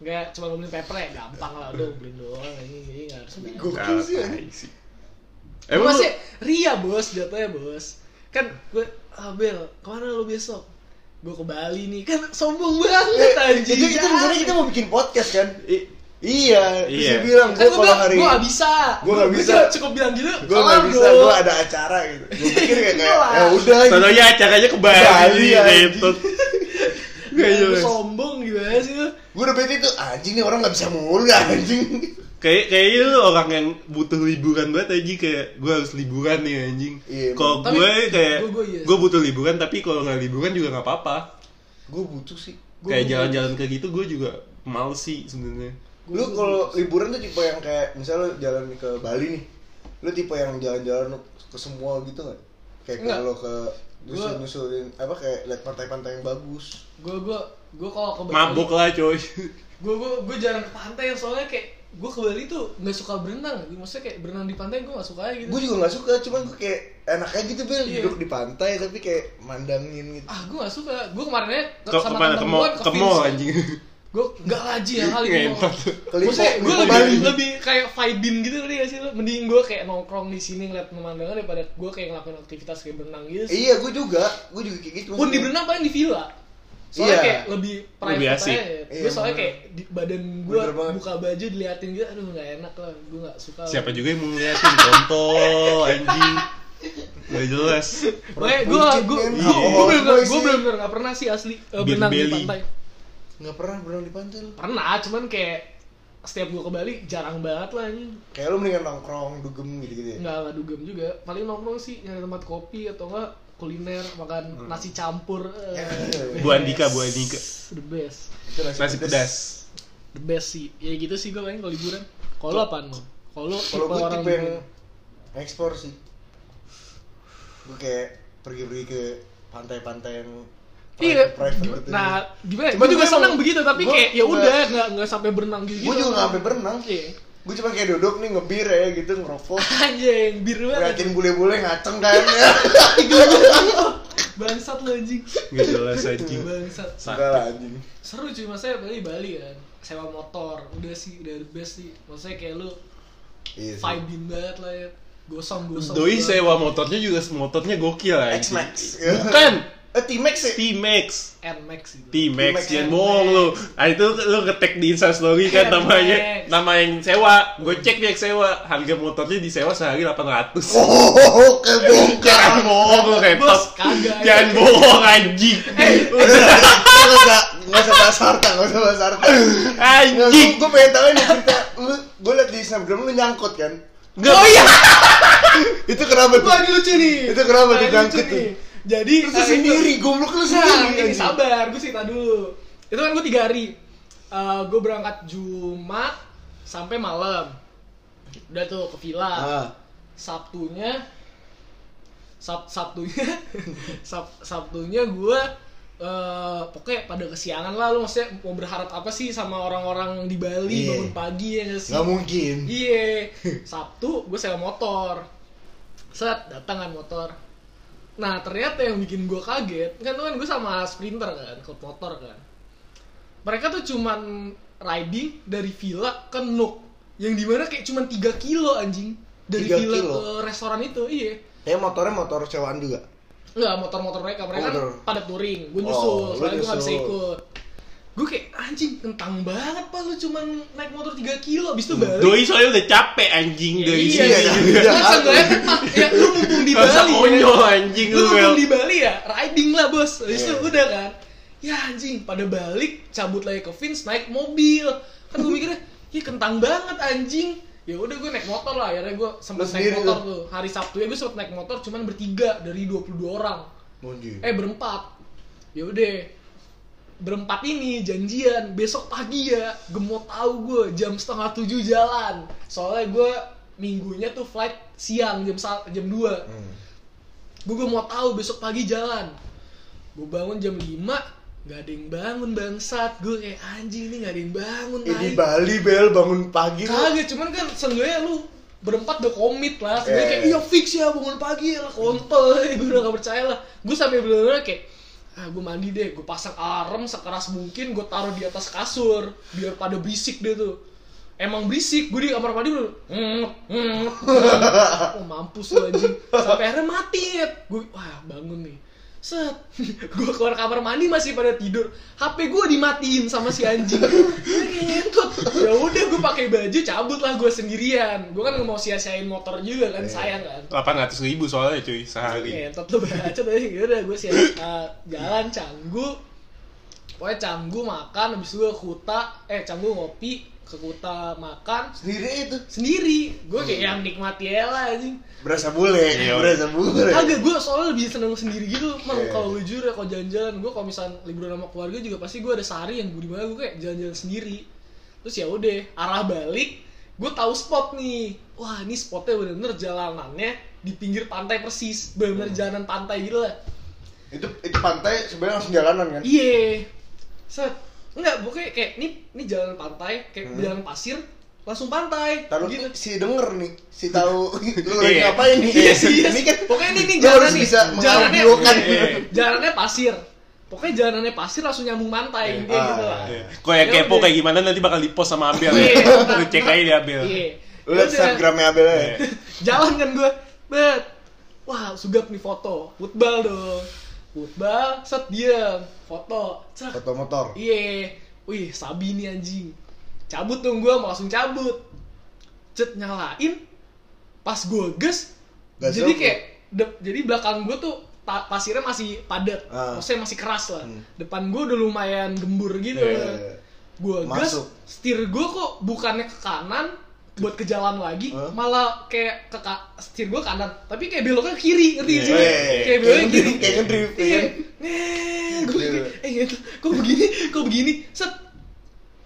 Speaker 1: nggak cuma ngumpulin paper ya gampang lah udah ngumpulin doang ini jadi nggak harus banyak.
Speaker 2: Gua-
Speaker 3: Kalau
Speaker 2: sih,
Speaker 3: tai
Speaker 2: anjing.
Speaker 3: sih.
Speaker 1: Emang
Speaker 3: Emang lu-
Speaker 1: masih ria bos jatuhnya bos. Kan gue ah Bel, kemana lu besok? Gue ke Bali nih. Kan sombong banget anjing. Iya.
Speaker 2: itu kita misalnya kita mau bikin podcast kan?
Speaker 3: I-
Speaker 2: Iya, terus
Speaker 3: Iya.
Speaker 2: dia bilang
Speaker 1: kan
Speaker 2: gue
Speaker 1: gue
Speaker 2: kalau
Speaker 1: bilang
Speaker 2: hari
Speaker 1: gue gak bisa.
Speaker 2: Gua nggak
Speaker 1: Gua
Speaker 2: bisa.
Speaker 1: cuma cukup bilang gitu.
Speaker 2: gue
Speaker 1: kalah,
Speaker 2: nggak bisa,
Speaker 1: bro.
Speaker 2: gue ada acara gitu. Gue pikir kayak kayak
Speaker 1: Iya.
Speaker 2: ya udah. gitu.
Speaker 3: Soalnya Eh, acaranya ke
Speaker 2: Bali,
Speaker 3: Bali,
Speaker 2: anjing.
Speaker 3: repot. Gak
Speaker 1: Lu
Speaker 3: jelas.
Speaker 1: sombong gimana sih lu?
Speaker 2: Gue udah bete tuh anjing nih orang nggak bisa mulu ya, anjing.
Speaker 3: Kayak kayaknya lu orang yang butuh liburan banget anjing kayak gue harus liburan nih anjing.
Speaker 2: Iya,
Speaker 3: kalau
Speaker 1: tapi-
Speaker 3: gue kayak
Speaker 1: gua- gua iya sih.
Speaker 3: gue butuh liburan tapi kalau nggak liburan juga nggak apa-apa.
Speaker 2: gue butuh sih.
Speaker 1: Gua iya.
Speaker 3: Kayak
Speaker 1: butuh.
Speaker 3: jalan-jalan kayak gitu gue juga males sih sebenarnya.
Speaker 1: Gua-
Speaker 2: Lu kalau liburan tuh tipe yang kayak misalnya lu jalan ke Bali nih, lu tipe yang jalan-jalan ke semua gitu nggak? Kayak
Speaker 1: Nggak.
Speaker 2: kalau ke
Speaker 1: Gua-
Speaker 2: nyusul-nyusulin apa kayak liat pantai-pantai yang bagus.
Speaker 1: gue gue gue kalau ke Bali
Speaker 3: Mabuk lah coy.
Speaker 1: gue gue gue jarang ke pantai soalnya kayak gue ke Bali tuh nggak suka berenang maksudnya kayak berenang di pantai gue nggak suka aja gitu
Speaker 2: Gue juga nggak suka, cuman gue kayak enaknya gitu bel
Speaker 1: Iya.
Speaker 2: duduk di pantai tapi kayak mandangin gitu.
Speaker 1: ah gue gak suka gue kemarinnya
Speaker 3: Ke kemana? Ke mall, ke mall anjing.
Speaker 1: gue nggak laji ya kali
Speaker 3: Ngentot.
Speaker 2: Kelipo,
Speaker 1: gue
Speaker 2: kelipo Bali.
Speaker 1: lebih lebih kayak vibin gitu kali ya sih lo mending gue kayak nongkrong di sini ngeliat pemandangan daripada gue kayak ngelakuin aktivitas kayak berenang gitu
Speaker 2: Eh,
Speaker 1: sih.
Speaker 2: iya, gue juga, gue juga kayak gitu.
Speaker 1: pun di
Speaker 2: maksudnya.
Speaker 1: berenang paling di villa soalnya
Speaker 2: Iya.
Speaker 1: kayak lebih private
Speaker 3: Lebih asik.
Speaker 1: aja
Speaker 2: Iya,
Speaker 1: gue soalnya
Speaker 2: bener.
Speaker 1: kayak di badan gue
Speaker 2: Bener banget.
Speaker 1: buka baju diliatin gitu aduh nggak enak lah gue nggak suka
Speaker 3: Siapa juga yang mau ngeliatin kontol anjing. Gak jelas.
Speaker 1: Makanya gue gue
Speaker 2: Buncit,
Speaker 1: gue
Speaker 2: men. Oh,
Speaker 3: Iya.
Speaker 1: gue bener
Speaker 2: Boys,
Speaker 1: gue
Speaker 2: sih.
Speaker 1: bener bener nggak pernah sih asli eh,
Speaker 3: Bir
Speaker 1: berenang di
Speaker 3: belly.
Speaker 1: pantai
Speaker 2: nggak pernah berenang di pantai lu.
Speaker 1: pernah cuman kayak setiap gue ke Bali jarang banget lah ini
Speaker 2: Kayak lu mendingan nongkrong, dugem gitu-gitu ya.
Speaker 1: nggak nggak dugem juga paling nongkrong sih nyari tempat kopi atau enggak kuliner makan nasi campur eh,
Speaker 2: Hmm. Ya.
Speaker 3: Bu Andika, Bu Andika.
Speaker 1: the best
Speaker 2: Itu
Speaker 3: Nasi pedas.
Speaker 1: the best sih ya gitu sih gue pengen kalau liburan kalau lo apaan lo kalau lo
Speaker 2: Kalau
Speaker 1: tipe
Speaker 2: gue
Speaker 1: orang
Speaker 2: tipe yang
Speaker 1: liburan?
Speaker 2: ekspor sih. Gue kayak pergi-pergi ke pantai-pantai yang
Speaker 1: Iya,
Speaker 2: private- private
Speaker 1: gimana-
Speaker 2: gitu.
Speaker 1: nah gimana?
Speaker 2: Cuman
Speaker 1: Gue juga
Speaker 2: gua emang-
Speaker 1: seneng begitu, tapi
Speaker 2: gua
Speaker 1: kayak ya
Speaker 2: nggak-
Speaker 1: udah nggak nggak sampai berenang gitu.
Speaker 2: gue juga nggak sampai berenang.
Speaker 1: Iya.
Speaker 2: Gue cuma kayak duduk nih ngebir ya gitu ngerokok.
Speaker 1: Anjing, biru banget.
Speaker 2: Ngeliatin bule-bule ngaceng kan.
Speaker 1: Bangsat lo anjing.
Speaker 3: Gak jelas anjing.
Speaker 1: Bangsat.
Speaker 2: Enggak lah anjing.
Speaker 1: seru cuy maksudnya Bali Bali kan sewa motor udah sih udah the best sih maksudnya kayak lu
Speaker 2: Iya. sih.
Speaker 1: vibing banget lah ya gosong gosong
Speaker 3: Doi
Speaker 1: banget.
Speaker 3: sewa motornya juga motornya gokil anjing.
Speaker 2: X-Max.
Speaker 3: Bukan.
Speaker 2: eh T-Max ya?
Speaker 3: T-Max
Speaker 1: Air Max gitu.
Speaker 2: T-Max,
Speaker 3: T-Max jangan
Speaker 1: T-Max.
Speaker 3: bohong lu nah itu lu ngetek di instastory
Speaker 1: Iya, T-Max.
Speaker 3: kan namanya nama yang sewa gue cek dia yang sewa harga motornya disewa sehari 800
Speaker 2: Oh, kebongkar.
Speaker 1: Iya,
Speaker 3: jangan bohong lu repot
Speaker 1: Bos, kagak. ya. Eh,
Speaker 3: jangan bohong anjing
Speaker 2: Nggak usah, nggak usah bahas harta, nggak usah bahas harta.
Speaker 3: anjing
Speaker 2: Gue pengen tahu ini cerita. Lu, gue liat di Instagram lu nyangkut kan?
Speaker 3: Nggak.
Speaker 1: Oh iya.
Speaker 2: Itu kenapa tuh?
Speaker 1: Wah, ini lucu nih.
Speaker 2: Itu
Speaker 1: Wah,
Speaker 2: kenapa
Speaker 1: ini
Speaker 2: dijangkut
Speaker 1: lucu
Speaker 2: tuh?
Speaker 1: nih. Jadi eh,
Speaker 2: Terus lu
Speaker 1: itu-
Speaker 2: sendiri, goblok lu
Speaker 1: Nah,
Speaker 2: sendiri.
Speaker 1: ini
Speaker 2: anjing.
Speaker 1: sabar, gue cerita dulu. Itu kan gue tiga hari. Eh, gue berangkat Jumat sampai malam. Udah tuh ke villa.
Speaker 2: Ah,
Speaker 1: Sabtunya Sab Sabtunya Sab Sabtunya gue eh pokoknya pada kesiangan lah lu maksudnya mau berharap apa sih sama orang-orang di Bali
Speaker 2: Iya.
Speaker 1: bangun pagi ya nggak sih?
Speaker 2: nggak mungkin.
Speaker 1: Iya. Sabtu gue sewa motor. Set datang kan motor. Nah ternyata yang bikin gue kaget kan tuh kan gue sama Sprinter kan klub motor kan. Mereka tuh cuman riding dari villa ke Nuk yang dimana kayak cuman 3 kilo anjing dari
Speaker 2: 3
Speaker 1: villa
Speaker 2: kilo?
Speaker 1: ke restoran itu iya
Speaker 2: Ya motornya motor sewaan juga.
Speaker 1: Enggak, motor-motor mereka. Mereka kan
Speaker 2: Motor.
Speaker 1: pada touring. Gue
Speaker 2: Oh,
Speaker 1: nyusul,
Speaker 2: lu
Speaker 1: soalnya gue gak bisa
Speaker 2: nyusul.
Speaker 1: ikut. Gue kayak, anjing, kentang banget, Pak. Lu cuman naik motor 3 kilo, abis itu balik.
Speaker 3: doi soalnya udah capek anjing
Speaker 1: Ya,
Speaker 3: dari
Speaker 1: iya,
Speaker 3: sini
Speaker 1: iya,
Speaker 2: iya.
Speaker 1: Lu seenggaknya kan, ya, lu mumpung di
Speaker 3: Nggak usah
Speaker 1: Bali.
Speaker 3: konyol,
Speaker 1: ya.
Speaker 3: anjing,
Speaker 1: lu.
Speaker 3: lu, Mel.
Speaker 1: mumpung di Bali ya, riding lah, bos. Abis itu
Speaker 2: Iya.
Speaker 1: udah kan. Ya anjing, pada balik, cabut lagi ke Vince, naik mobil. Kan gue mikirnya, ya kentang banget anjing. Ya udah gue naik motor lah, akhirnya gue sempet
Speaker 2: Lu
Speaker 1: naik
Speaker 2: sendiri
Speaker 1: motor tuh. Hari Sabtu ya gue sempet naik motor cuman bertiga dari 22 orang
Speaker 2: Mungkin.
Speaker 1: eh berempat ya udah berempat ini janjian besok pagi ya gemot tahu gue jam setengah tujuh jalan soalnya gue minggunya tuh flight siang jam sa- jam dua
Speaker 2: Hmm.
Speaker 1: gue mau tahu besok pagi jalan gue bangun jam 5 gak ada yang bangun bangsat gue kayak anjing ini gak ada yang bangun
Speaker 2: Eh, di
Speaker 1: tai."
Speaker 2: Bali Bel bangun pagi lu.
Speaker 1: Kagak, cuman kan seenggaknya lu berempat udah komit lah. Seenggaknya kayak,
Speaker 2: Eh.
Speaker 1: iya fix ya bangun pagi ya lah, kontol. gue udah gak percaya lah. Gue sampai bener-bener kayak, ah gue mandi deh, gue pasang alarm sekeras mungkin, gue taruh di atas kasur. Biar pada berisik dia tuh. Emang berisik, gue di kamar mandi udah "Mm, mm, mm." Oh mampus lu anjing Sampai akhirnya mati Gue, wah bangun nih Set, gue keluar kamar mandi masih pada tidur. HP gue dimatiin sama si anjing. Gue kayak ngentut. Ya udah gue pakai baju cabut lah gue sendirian. Gue kan mau sia-siain motor juga kan sayang kan.
Speaker 3: 800 ribu soalnya cuy sehari
Speaker 1: Ngentot lu baca tadi. Yaudah gue sia eh, jalan Canggu. Pokoknya Canggu makan habis itu gue Kuta, eh Canggu ngopi ke Kuta makan
Speaker 2: Sendiri itu.
Speaker 1: sendiri. Gue kayak yang nikmati ya lah anjing.
Speaker 2: Berasa bule,
Speaker 3: Iya.
Speaker 2: berasa bule.
Speaker 1: Kagak, gue soalnya lebih seneng sendiri gitu Emang
Speaker 2: ya? Iya.
Speaker 1: kalau gue jujur ya, kalau jalan-jalan Gue kalau misalnya liburan sama keluarga juga pasti gue ada sehari yang gue dimana gue kayak jalan-jalan sendiri Terus ya udah arah balik Gue tahu spot nih Wah ini spotnya bener-bener jalanannya Di pinggir pantai persis Bener-bener
Speaker 2: Hmm.
Speaker 1: jalanan pantai gitu lah
Speaker 2: Itu itu pantai sebenarnya langsung jalanan kan?
Speaker 1: Iya Set Enggak, gue kayak, kayak ini, ini jalanan pantai Kayak jalanan pasir Langsung pantai
Speaker 2: Hmm. Taruh
Speaker 1: gitu
Speaker 2: si denger nih, si tahu lu lagi
Speaker 3: Iya.
Speaker 2: ngapain nih?
Speaker 1: Iya sih, iya
Speaker 2: Ini
Speaker 1: sih.
Speaker 2: kan
Speaker 1: Pokoknya ini, ini
Speaker 2: lu
Speaker 1: jalan
Speaker 2: harus
Speaker 1: nih.
Speaker 2: bisa
Speaker 1: Jalannya-
Speaker 2: mengaudiokan.
Speaker 3: Iya.
Speaker 1: jalanannya pasir pokoknya jalanannya pasir langsung nyambung
Speaker 3: Iya.
Speaker 1: pantai intinya
Speaker 2: Ah,
Speaker 1: gitu lah
Speaker 2: iya.
Speaker 3: Kok yang
Speaker 1: Ya
Speaker 3: kepo
Speaker 1: udah.
Speaker 3: kayak gimana nanti bakal di post sama Abel ya.
Speaker 1: Iya.
Speaker 3: Lu cek aja di Abel.
Speaker 1: iya
Speaker 2: Lu liat
Speaker 1: Udah,
Speaker 2: Instagramnya Abel ya?
Speaker 3: Iya.
Speaker 1: jalan kan gue bet wah sugap nih foto football dong football set diam foto cek
Speaker 2: Foto motor.
Speaker 1: Iya, wih sabi nih anjing. Cabut dong gue, mau langsung cabut. Cet nyalain, pas gue ges,
Speaker 2: Gas
Speaker 1: jadi
Speaker 2: apa?
Speaker 1: kayak de- jadi belakang gue tuh ta- pasirnya masih padat,
Speaker 2: Ah.
Speaker 1: maksudnya masih keras lah.
Speaker 2: Hmm.
Speaker 1: Depan gue udah lumayan gembur gitu.
Speaker 2: Iya.
Speaker 1: Gue gas,
Speaker 2: Masuk.
Speaker 1: setir gue kok bukannya ke kanan buat ke jalan lagi,
Speaker 2: Hah?
Speaker 1: malah kayak ke ka- setir gue kanan, tapi kayak beloknya ke kiri, ngerti nggak sih?
Speaker 3: Iya.
Speaker 1: Kayak beloknya kiri.
Speaker 2: kayak ngedrift.
Speaker 1: Iya.
Speaker 2: kan?
Speaker 1: Neng, gue
Speaker 2: Iya.
Speaker 1: kayak, eh gitu. Kok begini? Kok begini? Set.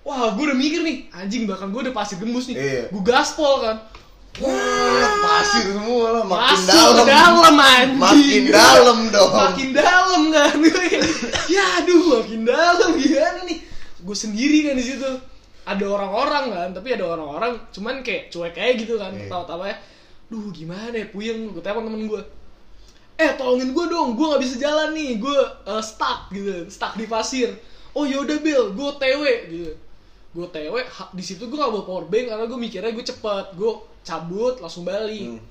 Speaker 1: Wah, gue udah mikir nih, anjing belakang gue udah pasir gembus nih.
Speaker 2: Iya.
Speaker 1: Gue gaspol kan.
Speaker 2: Wah, pasir semua lah, makin
Speaker 1: Masuk
Speaker 2: dalam.
Speaker 1: ke dalam anjing.
Speaker 2: Makin dalam dong.
Speaker 1: Makin dalam kan. Gue kayak, ya aduh, makin dalam gimana nih? Gue sendiri kan di situ. Ada orang-orang kan, tapi ada orang-orang cuman kayak cuek aja gitu kan,
Speaker 2: Iya.
Speaker 1: tawa-tawa ya. Duh, gimana ya puyeng, gue telepon temen gue eh tolongin gue dong gue nggak bisa jalan nih gue eh, stuck gitu stuck di pasir oh yaudah Bill gue tw gitu gue tw ha- di situ gue gak bawa power bank karena gue mikirnya gue cepet gue cabut langsung balik
Speaker 2: Hmm.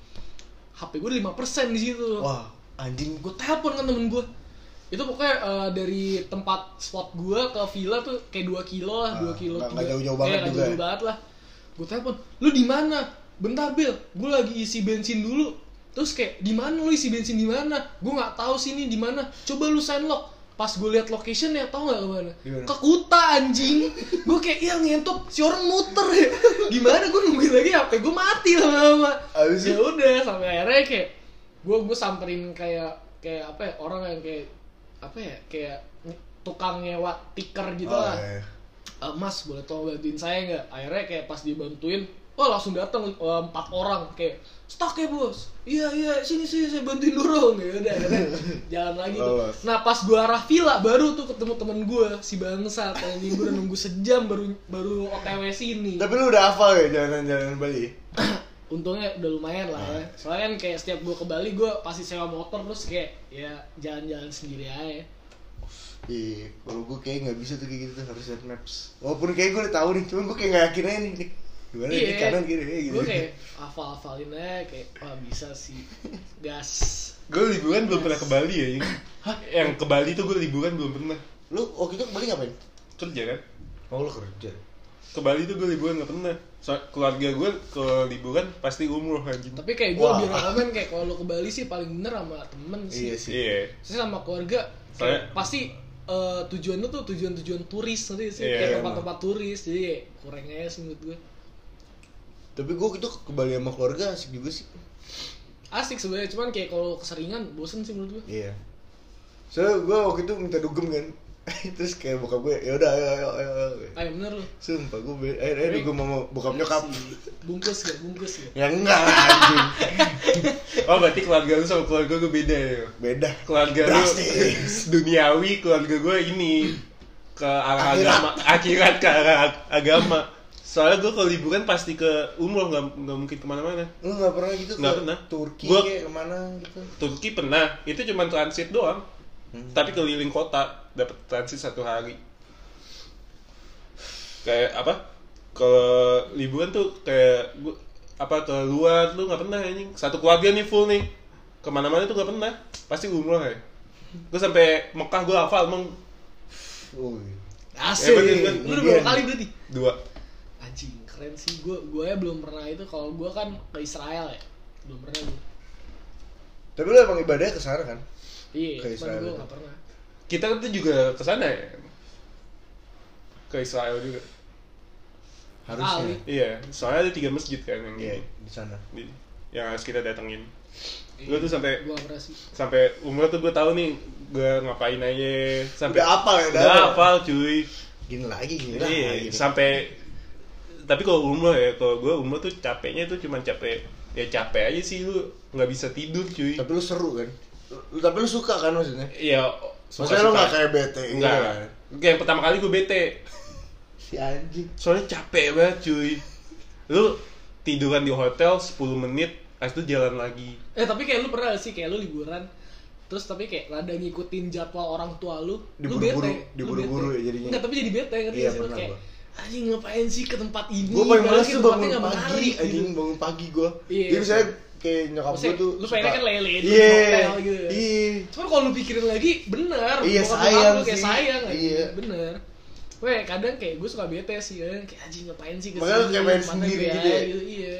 Speaker 1: hp gue 5% di situ
Speaker 2: Wah, anjing
Speaker 1: gue telepon kan temen gue itu pokoknya eh, dari tempat spot gua ke villa tuh kayak 2 kilo lah, 2
Speaker 2: Ah,
Speaker 1: kilo.
Speaker 2: nggak-
Speaker 1: tiga-
Speaker 2: nggak jauh-jauh
Speaker 1: eh,
Speaker 2: banget
Speaker 1: nggak
Speaker 2: juga. ya?
Speaker 1: jauh banget lah. Gua telepon, "Lu di mana?" "Bentar, Bil. Gua lagi isi bensin dulu." Terus kayak, "Di mana lu isi bensin di mana?" Gua nggak tahu sini di mana. Coba lu sendok. Pas gue liat location ya tau gak kemana?
Speaker 2: Di mana?
Speaker 1: Ke Kuta anjing Gue kayak iya ngentot si orang muter ya Gimana gue nungguin lagi HP gue mati lama-lama
Speaker 2: Abis
Speaker 1: ya
Speaker 2: itu?
Speaker 1: udah sampai akhirnya kayak gue gue samperin kayak kayak apa ya orang yang kayak apa ya kayak tukang nyewa tiker gitu
Speaker 2: Oh,
Speaker 1: lah
Speaker 2: iya.
Speaker 1: "Eh, mas boleh tolong bantuin saya nggak akhirnya kayak pas dibantuin oh langsung datang eh, empat orang kayak stok ya bos iya iya sini sini saya bantuin dorong ya udah akhirnya jalan lagi tuh
Speaker 2: Lolos.
Speaker 1: nah pas gua arah villa baru tuh ketemu temen gua si bangsa anjing gua udah nunggu sejam baru baru otw sini
Speaker 2: Tapi lu udah hafal ya jalanan-jalanan Bali?
Speaker 1: untungnya udah lumayan lah
Speaker 2: Nah.
Speaker 1: ya soalnya kan kayak setiap gue ke Bali gue pasti sewa motor terus kayak ya jalan-jalan sendiri aja
Speaker 2: Iya, kalau gue kayak nggak bisa tuh kayak gitu tuh, harus lihat maps. Walaupun kayak gue udah tahu nih, cuman gue kayak nggak yakin aja nih. nih. Gimana di kanan kiri kayak gitu.
Speaker 1: gue Iya. kayak hafal-hafalin aja kayak wah bisa sih gas
Speaker 3: Gue liburan belum pernah ke Bali ya. Yang ke Bali tuh gue liburan belum pernah.
Speaker 2: Lu waktu itu ke Bali ngapain?
Speaker 3: Kerja kan?
Speaker 2: Oh lu kerja.
Speaker 3: Ke Bali tuh gue liburan gak pernah. So, keluarga gue ke liburan pasti umroh anjing.
Speaker 1: tapi kayak gue
Speaker 2: Wah.
Speaker 1: lebih rekomen kayak kalau lo ke Bali sih paling bener sama temen sih
Speaker 2: Iya sih.
Speaker 3: Iya.
Speaker 1: Terus sama keluarga kayak
Speaker 3: Soalnya-
Speaker 1: pasti eh, tujuan lo tuh tujuan-tujuan turis nanti sih
Speaker 3: Iya,
Speaker 1: kayak
Speaker 3: iya,
Speaker 1: tempat-tempat turis jadi kayak kurang aja sih menurut gue
Speaker 2: Tapi gue itu ke Bali sama keluarga asik juga sih.
Speaker 1: asik sebenarnya cuman kayak kalau keseringan bosen sih menurut gue
Speaker 2: Iya. Soalnya gue waktu itu minta dugem kan. Terus kayak bokap gue, ya udah ayo ayo ayo. ayo."
Speaker 1: kayak bener lo
Speaker 2: Sumpah gue be- akhirnya akhirnya gue mau bokap nyokap.
Speaker 1: bungkus gak bungkus gak
Speaker 2: Ya enggak lah anjing.
Speaker 3: Oh berarti keluarga lu sama keluarga gue beda ya.
Speaker 2: Beda.
Speaker 3: Keluarga lu
Speaker 2: Drastis.
Speaker 3: duniawi, keluarga gue ini ke arah
Speaker 2: Akhirat.
Speaker 3: agama, akhirat ke arah ag- agama. Soalnya gue kalau liburan pasti ke umroh nggak nggak mungkin kemana-mana.
Speaker 2: Lu nggak pernah gitu
Speaker 3: Nggak
Speaker 2: ke
Speaker 3: pernah.
Speaker 2: Turki
Speaker 3: Gua-
Speaker 2: kayak kemana gitu?
Speaker 3: Turki pernah, itu cuma transit doang.
Speaker 2: Hmm.
Speaker 3: Tapi keliling kota dapat transit satu hari. Kayak apa? Kalau liburan tuh kayak gua, apa keluar lu nggak pernah anjing. Satu keluarga nih full nih. Kemana-mana tuh nggak pernah. Pasti umroh ya. Gue sampai Mekah gue hafal emang
Speaker 2: Uy.
Speaker 1: Asik.
Speaker 3: Ya, bener, bener.
Speaker 1: Lu udah
Speaker 2: Iya.
Speaker 1: berapa kali berarti?
Speaker 3: dua.
Speaker 1: Anjing, keren sih. Gue gue ya belum pernah itu kalau gue kan ke Israel ya. Belum pernah gue.
Speaker 2: Tapi lu emang ibadahnya ke sana kan?
Speaker 1: Iya, cuman
Speaker 2: Ke Israel
Speaker 1: gue
Speaker 2: itu.
Speaker 1: gak pernah.
Speaker 3: Kita tuh juga ke sana ya. Ke Israel juga.
Speaker 1: Kali.
Speaker 2: Harusnya.
Speaker 3: Iya, soalnya ada tiga masjid kan yang
Speaker 2: Iya, di sana.
Speaker 3: di- yang harus kita datengin.
Speaker 2: Iya.
Speaker 3: Gue tuh sampai
Speaker 1: Gue gak Iya, pernah sih.
Speaker 3: sampai umur tuh gue tahu nih gue ngapain aja sampai
Speaker 2: Udah hafal ya, udah
Speaker 3: udah
Speaker 2: hafal.
Speaker 3: hafal, cuy
Speaker 2: Gini lagi, gini lagi.
Speaker 3: iya
Speaker 2: gini.
Speaker 3: sampai tapi kalau umroh ya kalau gue umroh tuh capeknya tuh cuma capek ya capek aja sih lu nggak bisa tidur cuy
Speaker 2: Tapi lu seru kan? Lu, tapi lu suka kan maksudnya?
Speaker 3: ya suka
Speaker 2: Maksudnya lu gak kayak bete gitu
Speaker 3: enggak
Speaker 2: kan?
Speaker 3: yang pertama kali gue bete
Speaker 2: Si anjing.
Speaker 3: soalnya capek banget cuy lu tiduran di hotel 10 menit habis itu jalan lagi
Speaker 1: Eh tapi kayak lu pernah gak sih kayak lu liburan terus tapi kayak rada ngikutin jadwal orang tua lu, lu
Speaker 2: Diburu-buru,
Speaker 1: bete, lu
Speaker 2: diburu-buru
Speaker 1: bete.
Speaker 2: ya jadinya.
Speaker 1: Enggak, tapi jadi bete ngerti
Speaker 2: Iya,
Speaker 1: gak sih? Lu
Speaker 2: pernah
Speaker 1: kayak
Speaker 2: gua.
Speaker 1: anjing ngapain sih ke tempat ini?
Speaker 2: Gue paling
Speaker 1: Padahal
Speaker 2: males
Speaker 1: kayak
Speaker 2: tuh
Speaker 1: tempatnya
Speaker 2: bangun
Speaker 1: nggak
Speaker 2: pagi,
Speaker 1: menarik, gitu.
Speaker 2: anjing bangun pagi gue.
Speaker 1: Iya.
Speaker 2: Jadi misalnya kayak nyokap gue
Speaker 1: Maksudnya,
Speaker 2: tuh
Speaker 1: lu pengennya
Speaker 2: suka-
Speaker 1: kan lele di
Speaker 2: Iya,
Speaker 1: hotel gitu ya.
Speaker 2: Iya.
Speaker 1: Cuman kalau lu pikirin lagi, bener.
Speaker 2: Iya,
Speaker 1: Bokap
Speaker 2: sayang
Speaker 1: nyokap lu kayak
Speaker 2: sih.
Speaker 1: sayang. anjing.
Speaker 2: Iya.
Speaker 1: Bener. Weh, kadang kayak gue suka bete sih, kadang kayak anjing ngapain sih
Speaker 2: Makanya lu kayak main
Speaker 1: Santai
Speaker 2: sendiri
Speaker 1: gue
Speaker 2: gitu ya?
Speaker 1: aja," Iya.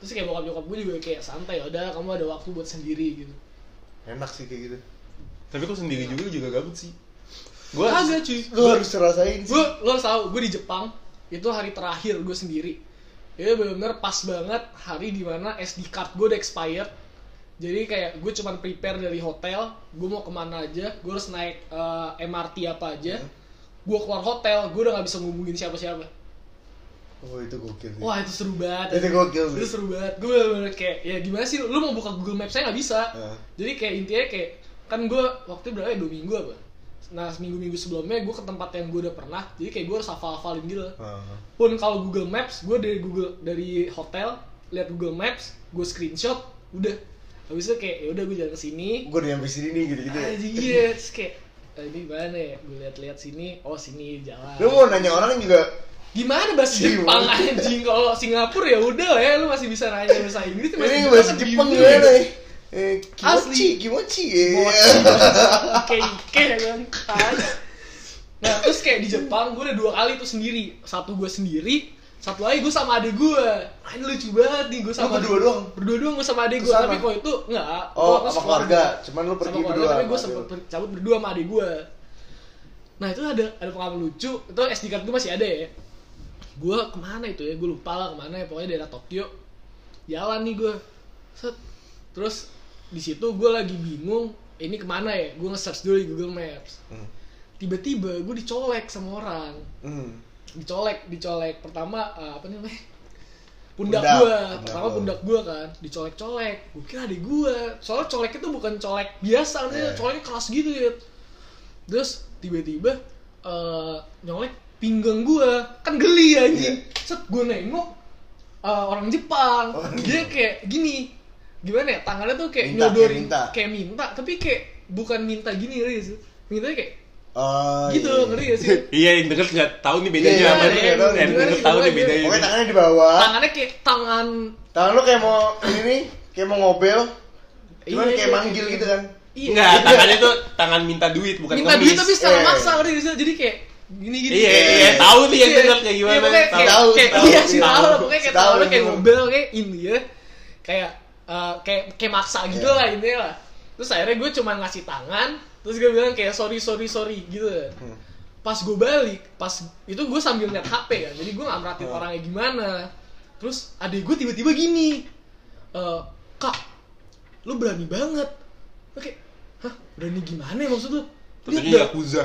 Speaker 1: Terus kayak bokap nyokap gue juga kayak santai, "Ya udah kamu ada waktu buat sendiri gitu.
Speaker 2: Enak sih kayak gitu.
Speaker 3: tapi kok sendiri juga lu juga gabut sih gue
Speaker 1: Kagak cuy.
Speaker 2: Lu harus rasain sih.
Speaker 1: Gue lo harus tahu, gue di Jepang itu hari terakhir gue sendiri. Ya bener-bener pas banget hari dimana SD card gue udah expired. Jadi kayak gue cuman prepare dari hotel, gue mau kemana aja, gue harus naik eh, MRT apa aja. Gue keluar hotel, gue udah gak bisa ngubungin siapa-siapa.
Speaker 2: Oh itu gokil sih.
Speaker 1: Wah itu seru banget.
Speaker 2: Itu gokil
Speaker 1: Itu
Speaker 2: sih.
Speaker 1: seru banget. Gue bener-bener kayak ya gimana sih? Lu mau buka Google Maps saya nggak bisa.
Speaker 2: Heeh.
Speaker 1: Jadi kayak intinya kayak kan gue waktu berapa ya dua minggu apa? Nah seminggu minggu sebelumnya gue ke tempat yang gue udah pernah. Jadi kayak gue harus hafal hafalin gitu.
Speaker 2: Heeh.
Speaker 1: Pun kalau Google Maps, gue dari Google dari hotel lihat Google Maps, gue screenshot, udah. Habis itu kayak ya udah gue jalan ke sini.
Speaker 2: Gue udah nyampe sini nih gitu-gitu ya.
Speaker 1: Anjing iya, terus kayak "Ah, ini gimana ya? Gue lihat-lihat sini, oh sini jalan.
Speaker 2: Lu mau nanya orang juga
Speaker 1: Gimana bahasa Jepang
Speaker 2: Gimana?
Speaker 1: anjing? Kalau Singapura ya udah ya, lu masih bisa nanya bahasa Inggris.
Speaker 2: Ini bahasa Jepang gimana nih? eh,
Speaker 1: Asli.
Speaker 2: kimochi, kimochi. eh.
Speaker 1: kayak kayak kan Tai. nah terus kayak di Jepang gue udah dua kali tuh sendiri satu gue sendiri satu lagi gue sama adik gue ini lucu banget nih gue sama
Speaker 2: Lu berdua doang?
Speaker 1: berdua doang gue sama adik gue
Speaker 2: Terus
Speaker 1: tapi
Speaker 2: sama?
Speaker 1: kalau itu enggak
Speaker 2: Oh,
Speaker 1: Kalau aku
Speaker 2: sama
Speaker 1: sekeluarga.
Speaker 2: keluarga. Cuman lu pergi
Speaker 1: sama keluarga,
Speaker 2: berdua.
Speaker 1: tapi gue
Speaker 2: sama
Speaker 1: sempet
Speaker 2: dia.
Speaker 1: per- cabut berdua sama adik gue nah itu ada ada pengalaman lucu itu SD card gue masih ada ya gue kemana itu ya gue lupa lah kemana ya pokoknya daerah Tokyo jalan nih gue set terus di situ gue lagi bingung ini kemana ya gue nge-search dulu di Google Maps
Speaker 2: Hmm.
Speaker 1: tiba-tiba gue dicolek sama orang
Speaker 2: Hmm.
Speaker 1: dicolek dicolek pertama eh, apa namanya pundak,
Speaker 2: Pundak.
Speaker 1: gua
Speaker 2: Pundak
Speaker 1: pertama
Speaker 2: lu.
Speaker 1: pundak gua kan dicolek-colek gue kira adik gua soalnya colek itu bukan colek biasa nih
Speaker 2: Eh.
Speaker 1: coleknya keras gitu ya terus tiba-tiba eh, nyolek pinggang gua kan geli anjing
Speaker 2: Iya.
Speaker 1: set gua nengok eh, orang Jepang
Speaker 2: Orang
Speaker 1: dia kayak gini gimana ya tangannya tuh kayak
Speaker 2: Oh, iya. Minta, kayak
Speaker 1: nyodorin
Speaker 2: minta.
Speaker 1: kayak minta tapi kayak bukan minta gini Riz minta kayak
Speaker 2: Oh,
Speaker 1: gitu
Speaker 2: iya.
Speaker 1: ngeri gak sih
Speaker 3: Iya yang denger nggak tahu nih bedanya
Speaker 2: Iya,
Speaker 3: apa
Speaker 2: iya, iya, tahu.
Speaker 3: Yang denger tahu nih bedanya.
Speaker 2: Pokoknya tangannya di bawah.
Speaker 1: tangannya kayak tangan
Speaker 2: Tangan lu kayak mau ini nih, kayak mau ngobel. Cuman
Speaker 1: Iya,
Speaker 2: kayak
Speaker 1: iya,
Speaker 2: manggil
Speaker 1: iya.
Speaker 2: gitu kan.
Speaker 1: Iya.
Speaker 3: Enggak, tangannya tuh tangan minta duit bukan
Speaker 1: minta
Speaker 3: ngemis.
Speaker 1: duit tapi secara
Speaker 2: Iya.
Speaker 1: maksa ngerti nggak sih? Jadi kayak gini gini.
Speaker 3: Iya,
Speaker 1: kayak-
Speaker 3: iya, tahu nih yang
Speaker 1: Iya.
Speaker 3: denger kayak gimana.
Speaker 1: Iya, pokoknya kayak,
Speaker 2: Tahu,
Speaker 1: kayak-
Speaker 2: tahu,
Speaker 1: iya sih tahu,
Speaker 2: tahu.
Speaker 1: lah, pokoknya kayak
Speaker 2: Tahu,
Speaker 1: tahu lah, kayak
Speaker 2: bener.
Speaker 1: ngobel kayak ini ya. Kayak eh, kayak kayak maksa gitu
Speaker 2: Iya.
Speaker 1: lah intinya lah. Terus akhirnya gue cuma ngasih tangan, terus gue bilang kayak sorry sorry sorry gitu.
Speaker 2: Hmm.
Speaker 1: Pas gue balik, pas itu gue sambil liat HP kan, jadi gue nggak merhatiin orangnya gimana. Terus adik gue tiba-tiba gini, Eh, kak, lu berani banget. Oke, hah berani gimana ya maksud lu?
Speaker 3: Terus
Speaker 1: Lihat
Speaker 3: dia
Speaker 1: dah,
Speaker 3: yakuza.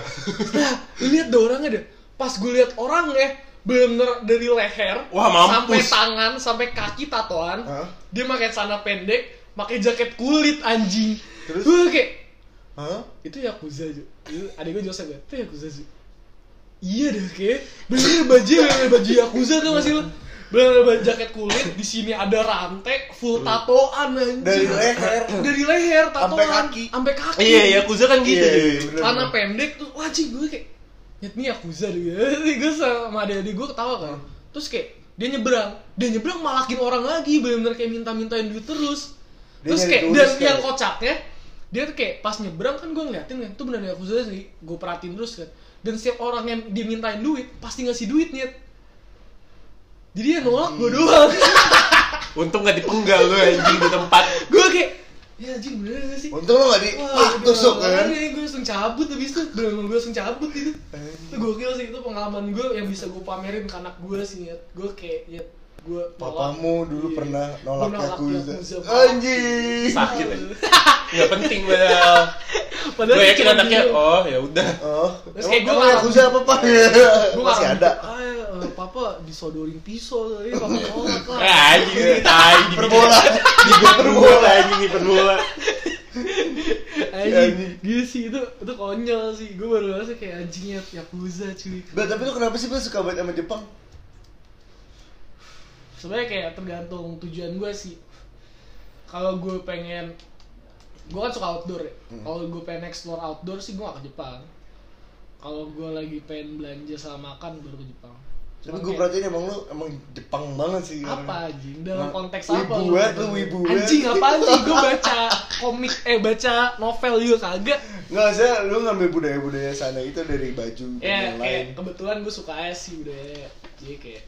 Speaker 1: Nah, lu lihat deh orangnya deh. Pas gue lihat orangnya, bener dari leher
Speaker 3: Wah, mampus.
Speaker 1: sampai tangan sampai kaki tatoan.
Speaker 2: Hah?
Speaker 1: Dia pakai celana pendek, pakai jaket kulit anjing. Terus
Speaker 2: Terus?
Speaker 1: gue kayak
Speaker 2: Hah?
Speaker 1: itu Yakuza aja. Itu adik gue Joseph ya. Itu Yakuza sih. Iya deh kayak bener baju bener baju Yakuza tuh masih lo. Bener baju jaket kulit, di sini ada rantai full tatoan anjing.
Speaker 2: Hmm. Dari eh.
Speaker 1: iya.
Speaker 2: leher.
Speaker 1: Dari leher tatoan
Speaker 2: Sampai kaki.
Speaker 1: Sampai kaki.
Speaker 3: Iya, yakuza kan gitu.
Speaker 2: Iya, iya,
Speaker 3: cuy.
Speaker 2: bener.
Speaker 1: Karena pendek tuh wah cing gue kayak nyet nih Yakuza deh Jadi gue sama adik-adik gue ketawa kan
Speaker 2: Hmm.
Speaker 1: terus kayak dia nyebrang dia nyebrang malakin orang lagi bener-bener kayak minta-mintain duit terus
Speaker 2: Dia
Speaker 1: terus
Speaker 2: nyari
Speaker 1: kayak
Speaker 2: turis kan?
Speaker 1: dan
Speaker 2: kali.
Speaker 1: yang kocaknya dia tuh kayak pas nyebrang kan gue ngeliatin kan itu bener Yakuza sih gue perhatiin terus kan dan setiap orang yang dimintain duit pasti ngasih duit nyet jadi yang nolak
Speaker 2: Hmm.
Speaker 1: gue doang
Speaker 3: Untung gak dipenggal lu anjing di tempat.
Speaker 1: gue kayak ya anjing bener gak sih
Speaker 2: Untung lu gak di
Speaker 1: Wah,
Speaker 2: ah, tusuk kan.
Speaker 1: Gue Iya, langsung cabut habis itu, bener gue langsung cabut gitu. Itu gokil sih, itu pengalaman gue yang bisa gue pamerin ke anak gue sih, ya. Gue kayak, ya, gue
Speaker 2: Papamu
Speaker 1: Iya.
Speaker 2: dulu pernah nolak Yakuza.
Speaker 1: Anjing
Speaker 2: Anjing.
Speaker 3: Sakit ya. Gak penting padahal.
Speaker 1: Padahal
Speaker 3: Gue
Speaker 1: dia
Speaker 3: yakin
Speaker 1: cuma gitu.
Speaker 3: anaknya,
Speaker 1: bilang,
Speaker 3: oh ya udah.
Speaker 2: Oh,
Speaker 1: Terus
Speaker 2: emang-
Speaker 1: kayak gua
Speaker 2: emang
Speaker 1: ngarang-
Speaker 2: Yakuza apa, Pak?
Speaker 1: Gue
Speaker 2: Masih ada.
Speaker 1: Ah, iya, eh, papa disodorin pisau tadi, papa nolak lah.
Speaker 3: Ah, anjing ini tai di
Speaker 2: Perbola.
Speaker 3: Di perbola anjing ini perbola.
Speaker 1: Anjing, gitu sih, itu, itu konyol sih. Gue baru ngerasa kayak anjingnya Yakuza cuy.
Speaker 2: Bel, tapi lu kenapa sih Bel suka banget sama Jepang?
Speaker 1: sebenarnya kayak tergantung tujuan gue sih kalau gue pengen gue kan suka outdoor ya
Speaker 2: Hmm.
Speaker 1: kalau gue pengen explore outdoor sih gue gak ke Jepang kalau gue lagi pengen belanja sama makan baru ke Jepang
Speaker 2: Tapi
Speaker 1: Cuman
Speaker 2: gue
Speaker 1: kayak,
Speaker 2: perhatiin emang lu emang Jepang banget sih.
Speaker 1: apa
Speaker 2: orangnya.
Speaker 1: anjing dalam
Speaker 2: Nah,
Speaker 1: konteks
Speaker 2: wibu
Speaker 1: apa
Speaker 2: banget lu, wibu banget.
Speaker 1: anjing apa anjing gue baca komik eh baca novel juga kagak
Speaker 2: Nggak, saya lu ngambil budaya-budaya sana itu dari baju
Speaker 1: ya
Speaker 2: dan lain.
Speaker 1: kayak kebetulan gue suka aja sih udah jadi kayak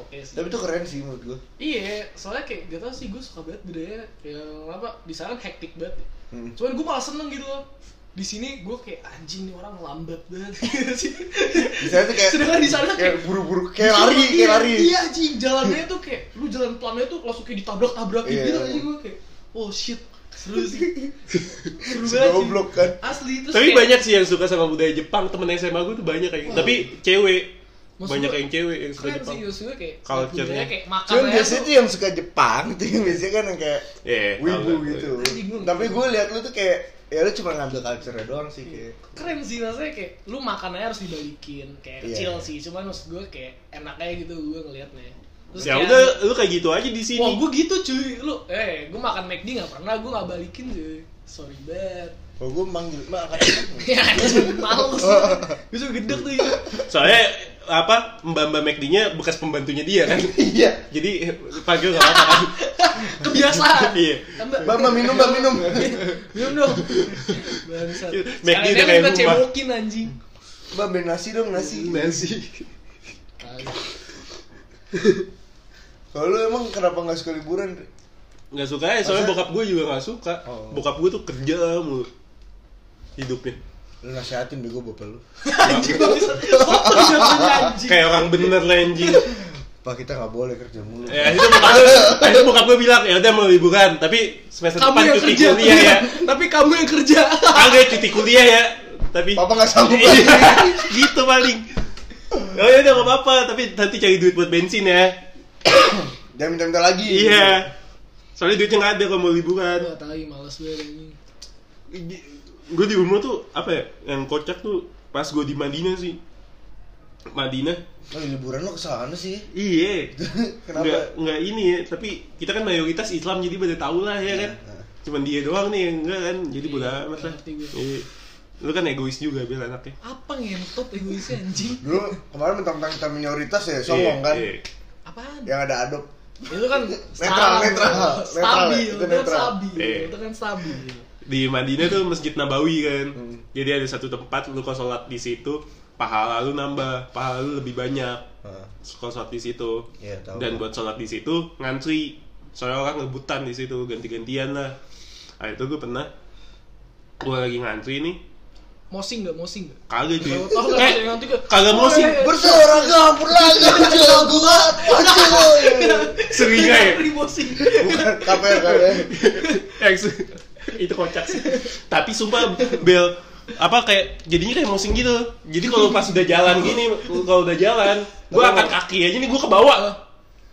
Speaker 1: oke sih
Speaker 2: Tapi itu keren sih menurut gue.
Speaker 1: Iya, soalnya kayak gak tau sih gue suka banget budaya yang apa di sana kan hektik banget. ya.
Speaker 2: Hmm.
Speaker 1: Cuman gue malah seneng gitu loh. Di sini gue kayak anjing nih orang lambat banget.
Speaker 2: Di sana tuh kayak
Speaker 1: Sedangkan di sana
Speaker 2: kayak
Speaker 1: kayak-
Speaker 2: buru-buru kayak lari,
Speaker 1: Iya,
Speaker 2: kayak lari.
Speaker 1: Iya anjing, jalannya tuh kayak lu jalan pelannya tuh langsung kayak ditabrak-tabrakin
Speaker 2: Iya.
Speaker 1: gitu anjing gue kayak oh shit seru sih. seru banget. sih.
Speaker 2: Goblok kan.
Speaker 1: Asli terus
Speaker 3: Tapi
Speaker 1: kayak-
Speaker 3: banyak sih yang suka sama budaya Jepang, temen SMA gue tuh banyak kayak gitu. Tapi cewek.
Speaker 1: Maksud
Speaker 3: Banyak
Speaker 1: gua-
Speaker 3: yang cewek yang suka
Speaker 1: keren
Speaker 3: Jepang.
Speaker 1: sih maksudnya kayak
Speaker 3: Culture-nya.
Speaker 1: budaya kayak
Speaker 2: Cuman
Speaker 1: makanannya
Speaker 2: biasanya
Speaker 1: tuh
Speaker 2: tuh yang suka Jepang tuh yang biasanya kan yang kayak
Speaker 3: Iya,
Speaker 2: wibu
Speaker 3: tahu,
Speaker 2: gitu.
Speaker 1: Anjing, gua-
Speaker 2: Tapi gue liat lu tuh kayak ya lu cuma ngambil culture doang sih kayak.
Speaker 1: keren sih maksudnya kayak lu makanannya harus dibalikin kayak
Speaker 2: Iya.
Speaker 1: kecil sih cuman maksud gue kayak enak aja gitu gue ngelihatnya terus
Speaker 3: Ya
Speaker 1: kayak-
Speaker 3: udah, lu kayak gitu aja di sini.
Speaker 1: wah gue gitu cuy lu eh gue makan McD nggak pernah gue nggak balikin cuy sorry banget
Speaker 2: Oh gue manggil mak
Speaker 1: ya anjing, malu sih gue suka gede tuh ya.
Speaker 3: Soalnya apa mbak-mbak McD-nya bekas pembantunya dia kan.
Speaker 2: Iya.
Speaker 3: Jadi panggil nggak apa-apa kan.
Speaker 1: Kebiasaan.
Speaker 3: Iya.
Speaker 1: Tambah-
Speaker 2: Bang, bang, minum, bang, minum.
Speaker 1: Minum dong. Bangsat.
Speaker 3: Iya, McD
Speaker 1: Sekalian kan
Speaker 3: udah kayak
Speaker 1: kita
Speaker 3: rumah.
Speaker 1: cebokin anjing.
Speaker 2: Bang, beli nasi dong, nasi.
Speaker 3: Nasi.
Speaker 2: Kalau lu emang kenapa nggak suka liburan? Dre?
Speaker 3: Nggak suka ya, soalnya
Speaker 2: Masa?
Speaker 3: bokap gue juga nggak suka.
Speaker 2: Oh.
Speaker 3: Bokap gue tuh kerja mulu hidupnya.
Speaker 2: Lu nasihatin bego bapak lu.
Speaker 1: Anjing bangsat. Soto jatuhnya anjing.
Speaker 3: Kayak orang bener lah anjing.
Speaker 2: Pak kita nggak boleh kerja mulu.
Speaker 3: Ya, itu bokap gue, akhirnya bokap gue bilang, ya udah mau liburan, tapi semester
Speaker 1: Kamu
Speaker 3: depan
Speaker 1: yang
Speaker 3: cuti
Speaker 1: kerja.
Speaker 3: kuliah ya.
Speaker 1: Tapi kamu yang kerja.
Speaker 3: Kagak cuti kuliah ya. Tapi
Speaker 2: Papa nggak sanggup.
Speaker 3: Iya, gitu paling. Oh ya udah nggak apa-apa, tapi nanti cari duit buat bensin ya.
Speaker 2: Jangan minta-minta lagi.
Speaker 3: Iya. Soalnya duitnya nggak ada kalau mau liburan.
Speaker 1: Gua tai males gue anjing.
Speaker 3: Gue di rumah tuh apa ya? Yang kocak tuh pas gue di Madinah sih. Madinah.
Speaker 2: Lo liburan lo kesana sih.
Speaker 3: Iya. Nggak
Speaker 2: Kenapa?
Speaker 3: nggak ini ya. Tapi kita kan mayoritas Islam jadi pada tau lah ya kan.
Speaker 2: Nah,
Speaker 3: Cuman dia doang nih yang enggak kan. Jadi
Speaker 1: Iya,
Speaker 3: bodo amat lah.
Speaker 1: ngerti gue.
Speaker 3: Iya. Lu kan egois juga biar anaknya.
Speaker 1: Apa ngentot egoisnya anjing?
Speaker 2: Dulu kemarin mentang-mentang kita minoritas ya, sombong
Speaker 3: Iya,
Speaker 2: kan.
Speaker 3: iya.
Speaker 1: Apaan?
Speaker 2: Yang ada adop.
Speaker 1: Itu kan
Speaker 2: Netral,
Speaker 1: stabil.
Speaker 2: netral. Netral,
Speaker 1: Stabil,
Speaker 2: itu
Speaker 1: itu kan
Speaker 2: netral.
Speaker 1: stabil.
Speaker 3: Iya.
Speaker 1: Itu kan stabil.
Speaker 3: di Madinah tuh Masjid Nabawi kan.
Speaker 2: Hmm.
Speaker 3: Jadi ada satu tempat lu kalau sholat di situ pahala lu nambah, pahala lu lebih banyak
Speaker 2: Nah,
Speaker 3: kalau sholat di situ.
Speaker 2: Iya, tahu.
Speaker 3: Ah. Dan buat sholat di situ ngantri. Soalnya orang ngebutan di situ ganti-gantian lah. Nah, itu gue pernah gue lagi ngantri nih
Speaker 1: Mosing enggak? Mosing enggak?
Speaker 3: kagak cuy
Speaker 1: Tahu enggak
Speaker 3: Eh,
Speaker 1: yang nanti ke
Speaker 3: kagak mau sih
Speaker 2: Bersuara kabur lagi
Speaker 3: Iya.
Speaker 2: jago
Speaker 3: seringai ya?
Speaker 1: Di mosing.
Speaker 2: Bukan KPR KPR.
Speaker 3: Yang Eh, se- itu kocak sih tapi sumpah bel apa kayak jadinya kayak mosing gitu jadi kalau pas udah jalan gini kalau udah jalan gue angkat kaki aja nih gue ke bawah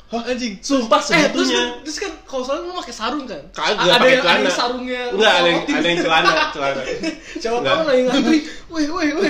Speaker 1: Hah anjing. Eh,
Speaker 3: sumpah
Speaker 1: terus, kan,
Speaker 3: sebetulnya
Speaker 1: terus kan kalau salah lu pakai sarung kan?
Speaker 3: kagak
Speaker 1: A- ada yang
Speaker 3: pakai
Speaker 1: ada
Speaker 3: celana
Speaker 1: yang sarungnya.
Speaker 3: enggak ada yang
Speaker 1: lolotin.
Speaker 3: ada yang celana celana
Speaker 1: Siapa
Speaker 3: Enggak.
Speaker 1: tahu lagi ngantri. Woi, woi, woi.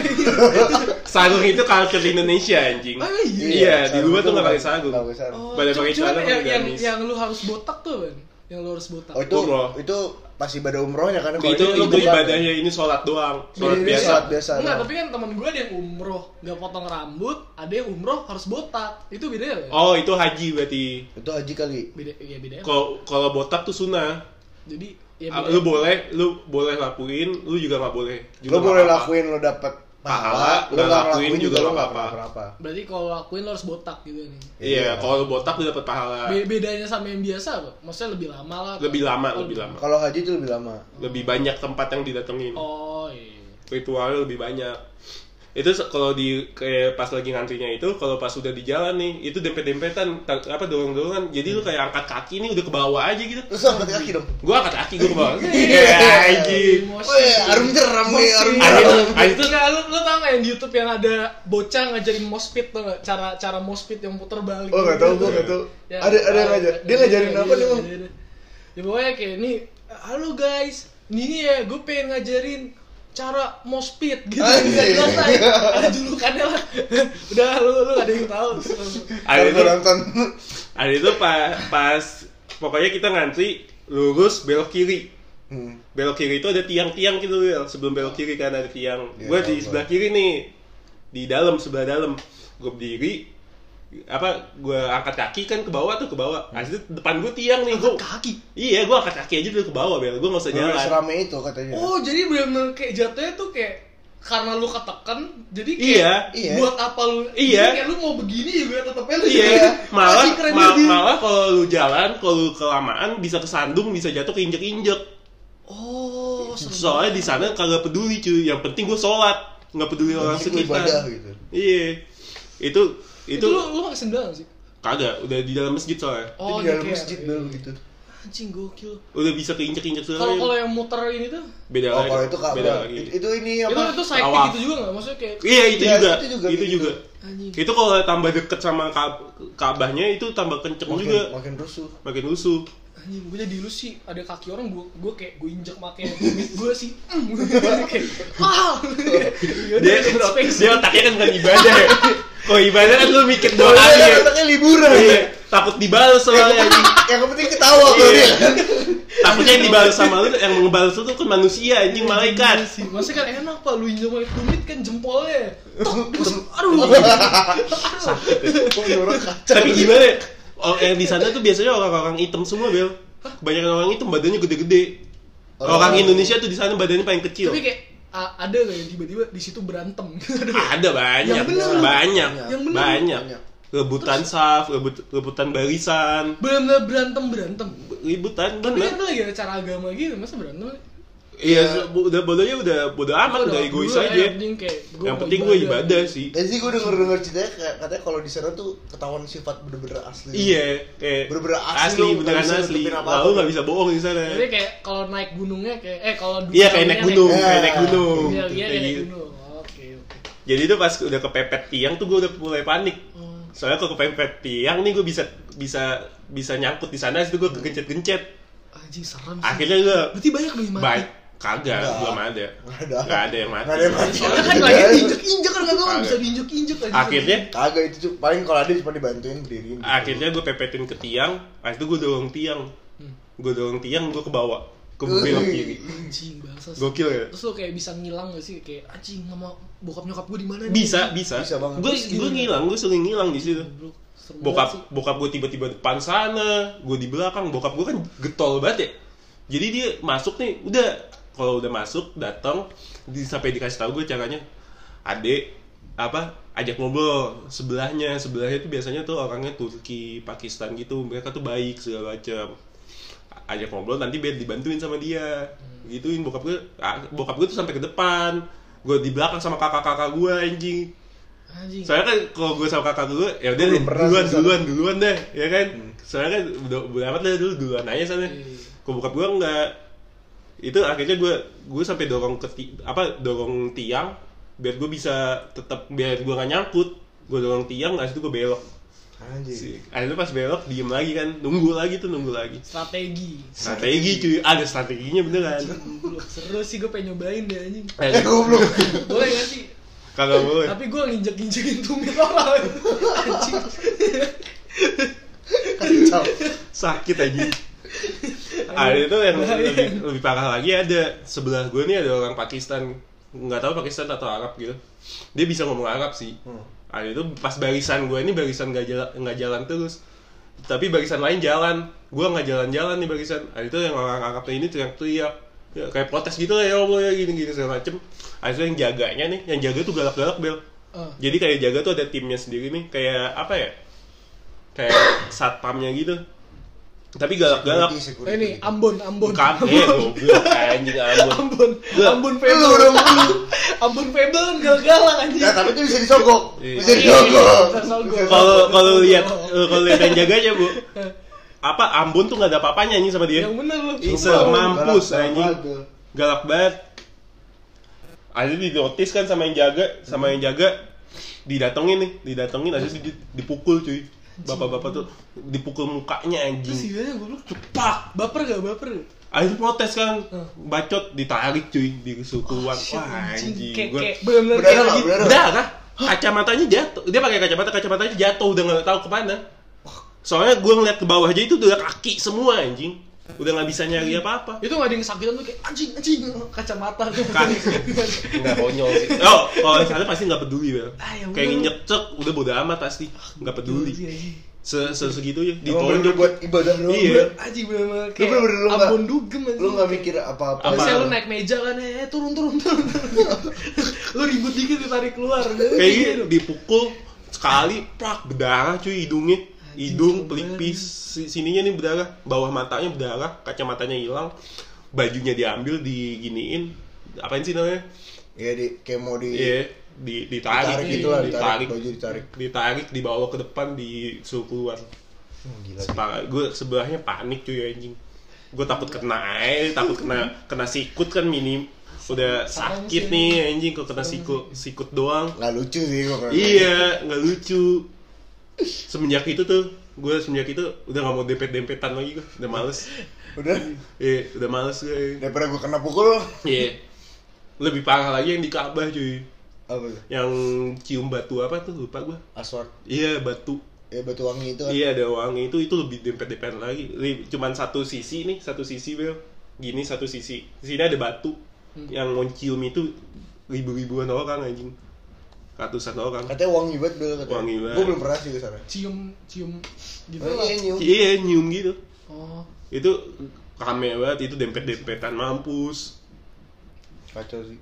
Speaker 3: sarung itu culture di Indonesia anjing
Speaker 1: Ah, iya.
Speaker 3: Iya, di luar tuh nggak pakai sarung.
Speaker 2: Nggak pakai sarung.
Speaker 1: Oh,
Speaker 3: Pada
Speaker 1: cu-
Speaker 3: pakai
Speaker 1: cuman
Speaker 3: celana
Speaker 1: yang,
Speaker 3: pakai
Speaker 1: yang,
Speaker 3: gamis.
Speaker 1: yang lu harus botak tuh, kan? Yang lu harus botak.
Speaker 2: Oh itu
Speaker 3: Umroh.
Speaker 2: itu pas ibadah umrohnya kan kalau
Speaker 3: itu
Speaker 2: ini lo
Speaker 3: itu
Speaker 2: bukan.
Speaker 3: ibadahnya ini sholat doang sholat
Speaker 2: Ini
Speaker 3: biasa
Speaker 2: sholat biasa.
Speaker 1: Enggak, tapi kan teman gue ada yang umroh, nggak potong rambut, ada yang umroh harus botak. Itu bedanya. kan?
Speaker 3: oh itu haji berarti
Speaker 2: Itu haji kali.
Speaker 1: Beda ya bedanya.
Speaker 3: kalau kalau botak tuh sunnah
Speaker 1: Jadi ya
Speaker 3: Ah,
Speaker 1: bedanya.
Speaker 3: lu boleh lu boleh lakuin lu juga nggak boleh
Speaker 2: Lo
Speaker 3: Juga nggak
Speaker 2: boleh
Speaker 3: apa-apa.
Speaker 2: lakuin lo dapet pahala, lo
Speaker 3: Pahala, nggak
Speaker 2: nggak
Speaker 3: lakuin
Speaker 2: lakuin
Speaker 3: juga
Speaker 2: juga lo
Speaker 3: nggak
Speaker 2: nggak
Speaker 3: apa-apa.
Speaker 2: apa-apa.
Speaker 1: Berarti kalau lakuin lu harus botak gitu nih.
Speaker 3: iya kalau lu botak lu dapat pahala
Speaker 1: Be- bedanya sama yang biasa apa? Maksudnya lebih lama lah. atau-
Speaker 3: lebih lama lebih
Speaker 1: Oh,
Speaker 3: lama
Speaker 2: Kalau haji itu lebih lama.
Speaker 3: lebih banyak tempat yang didatengin
Speaker 1: Oh iya.
Speaker 3: ritualnya lebih banyak itu se- kalau di kayak pas lagi ngantrinya itu kalau pas udah di jalan nih itu dempet dempetan apa dorong dorongan jadi lu kayak angkat kaki nih udah ke bawah aja gitu
Speaker 2: Terus lo angkat kaki dong.
Speaker 3: gua angkat kaki gua ke bawah iya anjing
Speaker 2: Weh, harum jeram nih, harum
Speaker 3: Anjing,
Speaker 2: jeram.
Speaker 3: anjing
Speaker 1: Itu
Speaker 3: tuh
Speaker 1: nggak lu lu tau nggak yang di YouTube yang ada bocah ngajarin mospit tuh nggak cara cara mospit yang puter balik.
Speaker 2: Oh nggak tahu, gua nggak tahu.
Speaker 1: Ya,
Speaker 2: Ada ada yang ngajar. Dia ngajarin apa nih Bang?
Speaker 1: ngajarin. Ya pokoknya kayak ini, halo guys, ini ya gue pengen ngajarin cara mospit gitu.
Speaker 2: Anjay.
Speaker 1: Santai. Ada julukannya lah. Udah lu lu nggak ada yang tahu.
Speaker 3: ada
Speaker 2: Kalau
Speaker 3: itu
Speaker 2: gua nonton.
Speaker 3: ada itu pa- pas pokoknya kita ngantri lurus belok kiri
Speaker 2: Hmm.
Speaker 3: belok kiri itu ada tiang-tiang gitu Wil. sebelum belok kiri kan ada tiang
Speaker 2: Iya,
Speaker 3: gue
Speaker 2: tahu
Speaker 3: di
Speaker 2: gua.
Speaker 3: sebelah kiri nih di dalam sebelah dalam gue berdiri apa gue angkat kaki kan ke bawah tuh ke bawah nah, situ depan gue tiang nih gue
Speaker 1: Kaki.
Speaker 3: iya gue angkat kaki aja dulu ke bawah bel gue nggak usah
Speaker 2: Dulu
Speaker 3: jalan
Speaker 2: Serame itu katanya.
Speaker 3: Iya.
Speaker 1: Oh jadi benar-benar kayak jatuhnya tuh kayak karena lu ketekan jadi kayak
Speaker 3: Iya,
Speaker 2: iya.
Speaker 1: buat apa lu
Speaker 3: Iya.
Speaker 1: jadi kayak lu mau begini juga tetepnya lu jadi
Speaker 3: iya malah
Speaker 1: masih keren
Speaker 3: ma-
Speaker 1: lagi.
Speaker 3: malah kalau lu jalan kalau lu kelamaan bisa kesandung bisa jatuh keinjek-injek
Speaker 1: oh serem.
Speaker 3: soalnya di sana kagak peduli cuy yang penting gue sholat nggak peduli orang
Speaker 2: Jadi gua ibadah
Speaker 3: sekitar
Speaker 2: gitu.
Speaker 3: iya itu
Speaker 1: itu,
Speaker 3: itu
Speaker 1: lu lu pakai sendal nggak sih
Speaker 3: kagak udah di dalam masjid soalnya
Speaker 2: Oh,
Speaker 1: dia
Speaker 2: di dalam
Speaker 1: kayak-
Speaker 2: masjid dulu gitu.
Speaker 1: anjing gokil
Speaker 3: udah bisa keinjek-injek
Speaker 1: kalau kalau
Speaker 3: segala
Speaker 1: yang muter ini tuh
Speaker 3: beda
Speaker 2: Oh,
Speaker 3: lagi
Speaker 2: kalau itu
Speaker 3: Ya, beda
Speaker 2: Ka'bah.
Speaker 3: lagi
Speaker 2: Itu, itu ini
Speaker 1: itu
Speaker 2: apa?
Speaker 1: itu saya
Speaker 3: Tawaf.
Speaker 1: gitu juga nggak maksudnya kayak
Speaker 3: iya itu
Speaker 2: Iya,
Speaker 3: juga
Speaker 2: itu
Speaker 3: itu
Speaker 2: juga
Speaker 3: juga,
Speaker 2: gitu.
Speaker 3: itu,
Speaker 1: anjing
Speaker 3: kalau tambah deket sama Ka- Ka'bahnya itu tambah kenceng
Speaker 2: makin,
Speaker 3: juga
Speaker 2: makin rusuh.
Speaker 3: makin rusuh
Speaker 1: anjing gue jadi lu sih ada kaki orang gue gue kayak gue injek pakai kumis gue sih mm, kayak "Ah." wow
Speaker 3: dia dia otaknya kan bukan ibadah ya kalau ibadah kan lu mikir doang
Speaker 2: Soalnya
Speaker 3: ya
Speaker 2: otaknya liburan.
Speaker 3: Iya. takut dibales soalnya anjing.
Speaker 2: yang penting ketawa kalau
Speaker 3: Iya.
Speaker 2: dia kan.
Speaker 3: Takutnya yang dibales sama lu yang ngebales lu tuh kan manusia anjing malaikat.
Speaker 1: sih masih kan enak pak lu injak pakai tumit kan jempolnya tok terus aduh
Speaker 3: Iya.
Speaker 2: Kok nyorok kaca
Speaker 3: Tapi gimana? ya? Oh, yang di sana tuh biasanya orang-orang hitam semua, Bel. Kebanyakan orang hitam badannya gede-gede. Orang Indonesia tuh di sana badannya paling kecil.
Speaker 1: tapi kayak gitu. a- ada nggak yang tiba-tiba di situ berantem gitu ada nggak?
Speaker 3: Ada banyak,
Speaker 1: Yang bener lu.
Speaker 3: banyak,
Speaker 1: Yang bener lu.
Speaker 3: banyak.
Speaker 2: Banyak.
Speaker 3: Rebutan saf, rebut, rebutan barisan,
Speaker 1: benar-benar berantem berantem
Speaker 3: ributan
Speaker 1: tapi
Speaker 3: bener.
Speaker 1: kan lagi ada cara agama gitu masa berantem
Speaker 3: Iya, udah bodohnya udah bodoh amat, udah
Speaker 1: Udah,
Speaker 3: egois
Speaker 1: gua yang
Speaker 3: aja.
Speaker 1: penting kayak gua
Speaker 3: Yang
Speaker 1: mau
Speaker 3: penting gue ibadah sih.
Speaker 2: Dan sih gue denger denger ceritanya kayak katanya kalau di sana tuh ketahuan sifat bener-bener asli.
Speaker 3: Iya, kayak
Speaker 2: Bener-bener asli
Speaker 3: asli,
Speaker 2: lu, nggak
Speaker 3: beneran
Speaker 2: bisa
Speaker 3: asli.
Speaker 2: nutupin apa-apa.
Speaker 3: Lalu nggak bisa bohong di sana.
Speaker 1: Jadi kayak kalau naik gunungnya kayak eh kalau dulu
Speaker 3: Iya, kayak naik gunung, kayak naik
Speaker 2: Iya.
Speaker 3: gunung.
Speaker 1: Iya, iya
Speaker 3: Kayak
Speaker 1: kayak naik
Speaker 3: gitu.
Speaker 1: gunung. Oke, oke.
Speaker 3: Jadi tuh pas udah kepepet tiang tuh gue udah mulai panik.
Speaker 1: Oh,
Speaker 3: Soalnya kalau kepepet tiang nih gue bisa bisa bisa nyangkut di sana, situ gue
Speaker 2: Hmm.
Speaker 3: kegencet-gencet.
Speaker 1: Anjing serem sih.
Speaker 3: Akhirnya gue
Speaker 1: Berarti banyak nih yang mati.
Speaker 3: baik kagak
Speaker 2: Nggak.
Speaker 3: belum ada.
Speaker 2: Nggak ada.
Speaker 3: Nggak ada yang mati.
Speaker 2: Nggak ada yang mati.
Speaker 1: Soalnya kan lagi diinjek-injek kan enggak tahu
Speaker 3: Kagak.
Speaker 1: bisa diinjek-injek aja.
Speaker 3: Akhirnya
Speaker 2: Kagak itu cu- paling kalau ada cuma dibantuin berdiriin. gitu.
Speaker 3: akhirnya gue pepetin ke tiang, pas itu gue dorong tiang.
Speaker 1: Hmm.
Speaker 3: Gue dorong tiang gue ke bawah, ke belok kiri.
Speaker 1: anjing bahasa.
Speaker 3: Gokil ya?
Speaker 1: Terus lo kayak bisa ngilang gak sih kayak anjing nama bokap nyokap gue di mana? nih?
Speaker 3: Bisa, bisa.
Speaker 2: Bisa banget.
Speaker 3: Gue gue ngilang, gue sering ngilang di situ.
Speaker 1: Goblok, serem banget sih.
Speaker 3: bokap bokap gue tiba-tiba depan sana gue di belakang bokap gue kan getol banget ya jadi dia masuk nih udah kalau udah masuk datang di, sampai dikasih tahu gue caranya adek apa ajak ngobrol sebelahnya sebelahnya itu biasanya tuh orangnya Turki Pakistan gitu mereka tuh baik segala macam ajak ngobrol nanti biar dibantuin sama dia gituin bokap gue ah, bokap gue tuh sampai ke depan gue di belakang sama kakak-kakak gue anjing
Speaker 1: Anjing.
Speaker 3: Soalnya kan kalau gue sama kakak gue, ya udah deh,
Speaker 2: Belum pernah
Speaker 3: duluan,
Speaker 2: sih, Hmm.
Speaker 3: duluan, duluan deh, ya kan? Soalnya kan udah udah amat deh dulu duluan aja
Speaker 1: Iya.
Speaker 3: sana. Kok bokap gue enggak itu akhirnya gue gue sampai dorong ke ti- apa dorong tiang biar gue bisa tetap biar gue gak nyangkut gue dorong tiang abis itu gue belok
Speaker 2: Anjir.
Speaker 3: akhirnya pas belok diem lagi kan nunggu lagi tuh nunggu lagi
Speaker 1: Strategi.
Speaker 3: strategi cuy ada strateginya beneran
Speaker 1: Goblok, seru sih gue pengen nyobain deh anjing.
Speaker 3: Eh,
Speaker 2: Eh goblok.
Speaker 1: Boleh gak sih?
Speaker 3: kalau boleh
Speaker 1: Tapi gue nginjek-injekin tumit orang. Anjing.
Speaker 2: Kacau.
Speaker 3: sakit aja ada Ah,
Speaker 1: Iya.
Speaker 3: itu yang
Speaker 1: Nah,
Speaker 3: lebih, lebih parah lagi ada sebelah gue nih ada orang Pakistan nggak tahu Pakistan atau Arab gitu dia bisa ngomong Arab sih
Speaker 2: Hmm.
Speaker 3: ada itu pas barisan gue ini barisan nggak jalan nggak jalan terus tapi barisan lain jalan gue nggak jalan-jalan nih barisan ada itu yang orang Arabnya ini teriak-teriak Ya, kayak protes gitu lah ya Allah ya gini-gini segala macem ada itu yang jaganya nih yang jaga tuh galak-galak bel
Speaker 1: Ah.
Speaker 3: jadi kayak jaga tuh ada timnya sendiri nih kayak apa ya kayak satpamnya gitu tapi galak-galak
Speaker 2: Security,
Speaker 1: Eh,
Speaker 2: security.
Speaker 1: Ini Ambon, Ambon.
Speaker 3: bukan eh goblok anjing Ambon
Speaker 1: Ambon,
Speaker 3: Gua-
Speaker 1: Ambon
Speaker 2: Lu
Speaker 1: Fable.
Speaker 2: dong.
Speaker 1: Ambon Fable kan galak-galak anjing.
Speaker 2: Nah, tapi itu bisa disogok.
Speaker 3: Iya.
Speaker 2: Bisa
Speaker 1: Iya,
Speaker 2: disogok.
Speaker 1: bisa disogok.
Speaker 3: kalau kalau lihat eh, kalau lihat yang jaganya bu apa Ambon tuh nggak ada apa-apanya anjing sama dia
Speaker 1: Yang bener lu.
Speaker 3: Ih, Semampus, anjing.
Speaker 2: Aduh.
Speaker 3: galak banget akhirnya di notis kan sama yang jaga sama yang jaga didatengin nih didatengin akhirnya di- dipukul cuy bapak-bapak tuh dipukul mukanya
Speaker 1: Terus
Speaker 3: anjing
Speaker 1: gimana goblok?
Speaker 3: cepak
Speaker 1: Baper gak baper?
Speaker 3: Akhirnya protes kan,
Speaker 1: Hmm.
Speaker 3: bacot ditarik cuy di
Speaker 1: Oh,
Speaker 3: sukuan.
Speaker 1: Shit,
Speaker 3: Wah anjing,
Speaker 1: Kayak
Speaker 3: gua
Speaker 1: kayak bener-bener
Speaker 2: Berdarah
Speaker 1: kayak
Speaker 2: nggak?
Speaker 1: lagi.
Speaker 2: Berdarah?
Speaker 3: darah. Kacamatanya jatuh, dia pakai kacamata, kacamatanya jatuh udah nggak tahu kemana. Soalnya gua ngeliat ke bawah aja itu udah kaki semua anjing, udah nggak bisa nyari apa-apa.
Speaker 1: Itu gak ada yang kesakitan tuh kayak anjing anjing kacamata tuh.
Speaker 3: Kaki.
Speaker 2: Nggak konyol sih.
Speaker 3: Oh, kalau di sana pasti nggak peduli Bel.
Speaker 1: Ah, ya
Speaker 3: Kayak
Speaker 1: bener.
Speaker 3: nginjek cek, udah bodo amat pasti, nggak
Speaker 1: Iya,
Speaker 3: peduli. Se -se Segitu ya,
Speaker 2: Emang bener-bener
Speaker 3: ditonjok.
Speaker 2: buat ibadah doang.
Speaker 3: Iya.
Speaker 1: Anjing bener-bener
Speaker 2: Lu
Speaker 1: kayak
Speaker 2: bener-bener lu nggak-
Speaker 1: Ambon dugem anjing.
Speaker 2: Lu nggak mikir apa-apa.
Speaker 3: Apa?
Speaker 1: Biasanya lu naik meja kan, eh turun turun turun. turun. lu ribut dikit ditarik keluar.
Speaker 3: Kayak gitu, dipukul sekali, prak berdarah cuy hidungnya, hidung, pelipis, si- sininya nih berdarah, bawah matanya berdarah, kacamatanya hilang, bajunya diambil, diginiin, apain sih namanya?
Speaker 2: Iya, di kayak mau di
Speaker 3: Iya, di, ditarik,
Speaker 2: tarik
Speaker 3: di-
Speaker 2: gitu lah,
Speaker 3: ditarik,
Speaker 2: ditarik baju ditarik.
Speaker 3: ditarik, dibawa ke depan, disuruh keluar.
Speaker 2: Hmm, Gila.
Speaker 3: gue sebelahnya panik cuy anjing. Gue takut kena air, takut kena kena sikut kan minim, udah
Speaker 1: Serem sih.
Speaker 3: sakit nih anjing, kok kena sikut sikut doang.
Speaker 2: Nggak lucu sih gua kalau- gitu.
Speaker 3: Iya, nggak lucu. Semenjak itu tuh, gue semenjak itu udah nggak mau dempet-dempetan lagi gue, udah males.
Speaker 2: Udah
Speaker 3: Iya, udah males gue.
Speaker 2: daripada gua kena pukul
Speaker 3: Iya. Lebih parah lagi yang di Ka'bah cuy,
Speaker 2: apa tuh?
Speaker 3: yang cium batu apa tuh lupa gue.
Speaker 2: Aswak.
Speaker 3: Iya batu.
Speaker 2: Iya, ya batu wangi itu kan
Speaker 3: Iya ada wangi itu itu lebih dempet dempet lagi. Li- Cuman satu sisi nih, satu sisi bel. Gini satu sisi. Di sini ada batu yang mencium itu ribu-ribuan orang anjing. Ratusan orang.
Speaker 2: katanya wangi banget dulu katanya
Speaker 3: Wangi banget.
Speaker 2: gue belum pernah sih ke sana
Speaker 1: cium cium gitu
Speaker 2: Oh,
Speaker 1: lah.
Speaker 2: iya, nyium.
Speaker 3: Iya nyium gitu.
Speaker 1: oh
Speaker 3: Itu rame banget itu dempet-dempetan mampus.
Speaker 2: kacau sih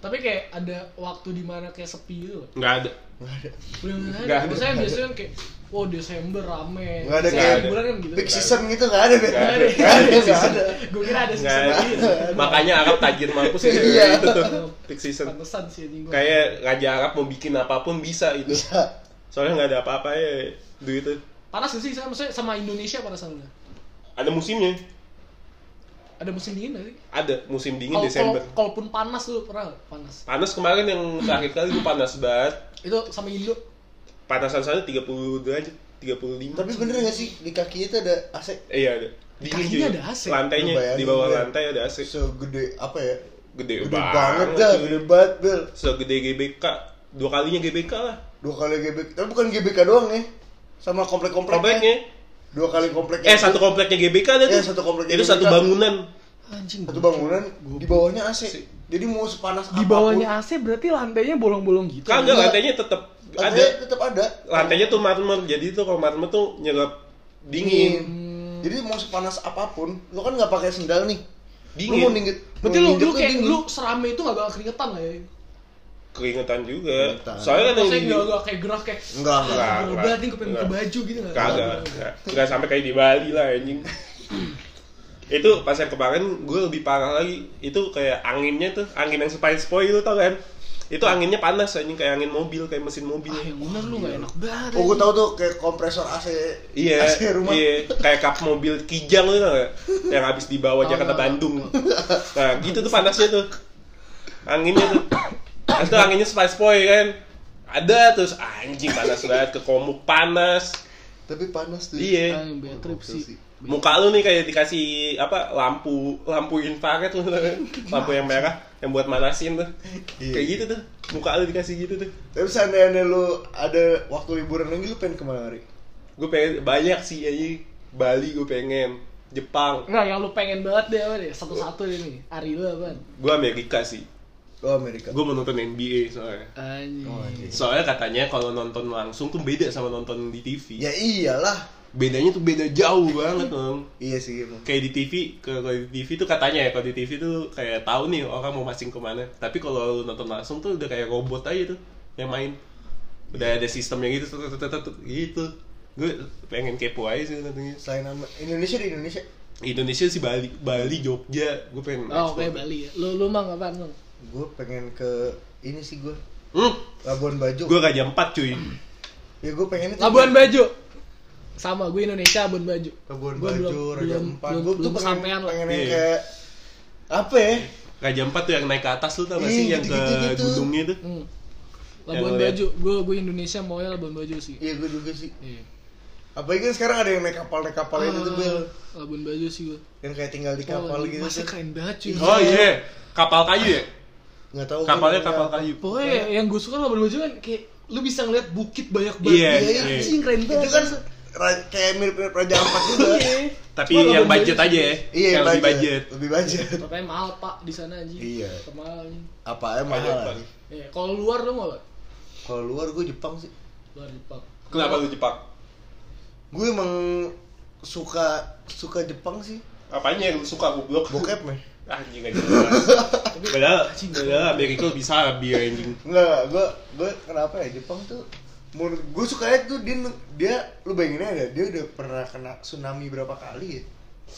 Speaker 1: tapi kayak ada waktu di mana kayak sepi gitu loh.
Speaker 3: Nggak ada.
Speaker 2: nggak ada
Speaker 1: Belum ada.
Speaker 3: Nggak ada,
Speaker 1: Maksudnya
Speaker 2: nggak
Speaker 1: biasanya kan kayak wow Desember rame.
Speaker 2: Nggak ada,
Speaker 1: Saya
Speaker 3: nggak ada.
Speaker 1: liburan kan gitu.
Speaker 2: peak season gitu nggak ada Ben.
Speaker 3: Nggak ada.
Speaker 2: nggak ada nggak ada
Speaker 1: Gue kira ada
Speaker 3: Nggak
Speaker 1: season
Speaker 3: ada.
Speaker 1: lagi.
Speaker 3: Makanya Arab tajir mampus itu,
Speaker 2: Iya.
Speaker 3: itu tuh. Peak season.
Speaker 1: Pantesan sih anjing gue.
Speaker 3: Kayak Raja Arab mau bikin apapun bisa itu.
Speaker 2: bisa
Speaker 3: Soalnya nggak ada apa-apa ya duitnya.
Speaker 1: Panas gak sih sama maksudnya sama Indonesia panasannya?
Speaker 3: Ada musimnya.
Speaker 1: Ada musim dingin gak sih?
Speaker 3: Ada musim dingin
Speaker 1: Kalau-
Speaker 3: Desember.
Speaker 1: kalau- Kalaupun panas lu pernah nggak? panas.
Speaker 3: Panas kemarin yang terakhir kali gue panas banget.
Speaker 1: Itu sama Indo.
Speaker 3: Panasan sana 30 derajat, 35.
Speaker 2: tapi bener nggak sih di kakinya itu ada AC
Speaker 3: eh, iya ada.
Speaker 1: Kakinya
Speaker 3: cuy.
Speaker 1: ada AC.
Speaker 3: Lantainya
Speaker 2: Lu bayangin,
Speaker 3: di bawah
Speaker 2: Bel.
Speaker 3: lantai ada AC.
Speaker 2: segede apa ya
Speaker 3: Gede,
Speaker 2: gede
Speaker 3: banget.
Speaker 2: banget dah
Speaker 3: cuy.
Speaker 2: gede banget bel
Speaker 3: Segede GBK. Dua kalinya GBK lah.
Speaker 2: dua kali GBK tapi bukan GBK doang nih sama komplek kompleknya
Speaker 3: Kompleknya.
Speaker 2: dua kali komplek
Speaker 3: Eh satu kompleknya GBK ada tuh.
Speaker 2: Eh, satu kompleknya
Speaker 3: Itu
Speaker 2: GBK.
Speaker 3: satu bangunan.
Speaker 1: Anjing.
Speaker 2: satu bangunan di bawahnya AC jadi mau sepanas
Speaker 1: Di bawahnya AC berarti lantainya bolong-bolong gitu.
Speaker 3: Kagak
Speaker 2: Enggak.
Speaker 3: lantainya tetap
Speaker 2: ada
Speaker 3: ada.
Speaker 2: tetap ada
Speaker 3: Lantainya tuh marmer. Jadi tuh kalau marmer tuh nyerap dingin.
Speaker 2: Hmm. jadi mau sepanas apapun lu kan nggak pakai sendal nih lu
Speaker 3: Dingin.
Speaker 2: mau ninggit
Speaker 1: Berarti
Speaker 2: mau
Speaker 1: lu
Speaker 2: ninggit
Speaker 1: lu
Speaker 2: tuh
Speaker 1: kayak
Speaker 2: dingin.
Speaker 1: lu serame itu gak bakal keringetan lah ya.
Speaker 3: Keringetan juga.
Speaker 2: Keringetan.
Speaker 3: Soalnya kan
Speaker 1: Maksudnya
Speaker 3: yang
Speaker 1: gak gak kayak gerah kayak
Speaker 2: enggak enggak
Speaker 3: Enggak,
Speaker 1: Gue
Speaker 3: enggak.
Speaker 1: berarti gue pengen buka
Speaker 3: Enggak.
Speaker 1: baju gitu nggak?
Speaker 3: Kagak, nggak. nggak sampai kayak di Bali lah anjing. itu pas yang kemarin gue lebih parah lagi. Itu kayak anginnya tuh, angin yang sepoi sepoi itu tau kan? Itu anginnya panas anjing kayak angin mobil, kayak mesin mobil.
Speaker 1: Ah yang bener lu gak enak banget
Speaker 2: oh gua
Speaker 1: anjing.
Speaker 2: tau tuh kayak kompresor AC
Speaker 3: Iya,
Speaker 2: AC rumah
Speaker 3: iya, kayak kap mobil kijang tuh tau nggak? yang habis dibawa Jakarta Bandung. Nah, gitu tuh panasnya tuh. Anginnya tuh. Terus tuh anginnya sepoi-sepoi kan. Ada terus anjing panas banget, ke komuk panas.
Speaker 2: tapi panas tuh
Speaker 3: Iya.
Speaker 1: Ah, yang bad trip
Speaker 2: Gokil
Speaker 1: sih
Speaker 2: sih.
Speaker 3: Muka lu nih kayak dikasih apa lampu lampu infrared lu tau kan? lampu yang merah yang buat manasin tuh
Speaker 2: Iya.
Speaker 3: kayak gitu tuh muka lu dikasih gitu tuh
Speaker 2: tapi seandainya lu ada waktu liburan lagi lu pengen kemana hari
Speaker 3: gue pengen banyak sih aja Bali gue pengen Jepang
Speaker 1: Nah yang lu pengen banget deh apa deh satu-satu deh nih Ari lu apaan?
Speaker 3: gue Amerika sih
Speaker 2: lu Amerika
Speaker 3: gue mau nonton NBA soalnya
Speaker 1: Anjing
Speaker 2: Oh, anjing.
Speaker 3: soalnya katanya kalau nonton langsung tuh beda sama nonton di TV
Speaker 2: ya iyalah
Speaker 3: bedanya tuh beda jauh banget dong
Speaker 2: iya sih emang
Speaker 3: kayak di TV ke- kalau di TV tuh katanya ya kalau di TV tuh kayak tahu nih orang mau masing kemana tapi kalau lu nonton langsung tuh udah kayak robot aja tuh yang main udah ada sistemnya gitu tut, tut, tut, tut, gitu gue pengen kepo aja sih nantinya
Speaker 2: selain nama Indonesia di Indonesia
Speaker 3: Indonesia sih Bali Bali Jogja gue pengen
Speaker 1: Oh
Speaker 3: explore.
Speaker 1: kayak Bali ya Lu, lu mang apaan lu?
Speaker 2: gue pengen ke ini sih gue
Speaker 3: hmm,
Speaker 2: Labuan Bajo
Speaker 3: gue raja empat cuy
Speaker 2: ya gue pengen itu
Speaker 1: Labuan Bajo Sama gue Indonesia Labuan Bajo
Speaker 2: Labuan
Speaker 1: Gua
Speaker 2: Bajo
Speaker 1: belum-
Speaker 2: Raja
Speaker 1: belum-
Speaker 2: Empat
Speaker 1: belum-
Speaker 2: gue tuh
Speaker 1: belum
Speaker 2: pengen
Speaker 1: sampean lah.
Speaker 2: pengen yang
Speaker 3: Iya.
Speaker 2: kayak apa ya
Speaker 3: raja empat tuh yang naik ke atas lu tau gak sih
Speaker 2: Ih,
Speaker 3: yang ke
Speaker 2: gitu-gitu gitu.
Speaker 3: gunungnya tuh
Speaker 1: Hmm. Labuan
Speaker 3: liat.
Speaker 1: Bajo Gue gue Indonesia maunya Labuan Bajo sih
Speaker 2: iya gue juga sih
Speaker 1: Iya
Speaker 2: apalagi kan sekarang ada yang naik kapal naik kapal itu tuh bel
Speaker 1: Ah, Labuan Bajo sih gue
Speaker 2: yang kayak tinggal di kapal gitu
Speaker 1: Masih
Speaker 2: tuh
Speaker 1: keren banget cuy
Speaker 3: oh iya kapal kayu ya
Speaker 2: nggak tahu gua
Speaker 3: kapalnya
Speaker 2: namanya
Speaker 3: kapal
Speaker 2: apa.
Speaker 3: kayu
Speaker 1: Pokoknya yang gue suka Labuan Bajo kan kayak Lu bisa ngeliat bukit banyak
Speaker 3: Iya,
Speaker 1: banget
Speaker 3: iya.
Speaker 1: Anjing keren banget Iya.
Speaker 2: itu kan ra- kayak mirip mirip Raja Ampat juga
Speaker 3: tapi
Speaker 1: Cuma
Speaker 3: yang
Speaker 1: Labuan Bajo
Speaker 3: budget aja ya
Speaker 2: iya
Speaker 3: yang lebih budget
Speaker 2: lebih budget
Speaker 1: Tapi mahal pak di sana anjing.
Speaker 2: Iya.
Speaker 1: Tetap Mahal anjing.
Speaker 2: apa emang
Speaker 3: Budget,
Speaker 2: mahal
Speaker 3: Pak.
Speaker 2: sih.
Speaker 1: Iya, kalau luar lu mau nggak?
Speaker 2: kalau luar gue Jepang sih
Speaker 1: Luar Jepang.
Speaker 3: kenapa lu Jepang
Speaker 2: gue emang suka suka Jepang sih
Speaker 3: Apanya yang lu suka goblok?
Speaker 2: bokep meh
Speaker 3: Anjing aja. Padahal, padahal Amerika lebih sabi anjing.
Speaker 2: Enggak, gue gue kenapa ya Jepang tuh menurut gue sukanya tuh dia dia lu bayangin aja dia udah pernah kena tsunami berapa kali ya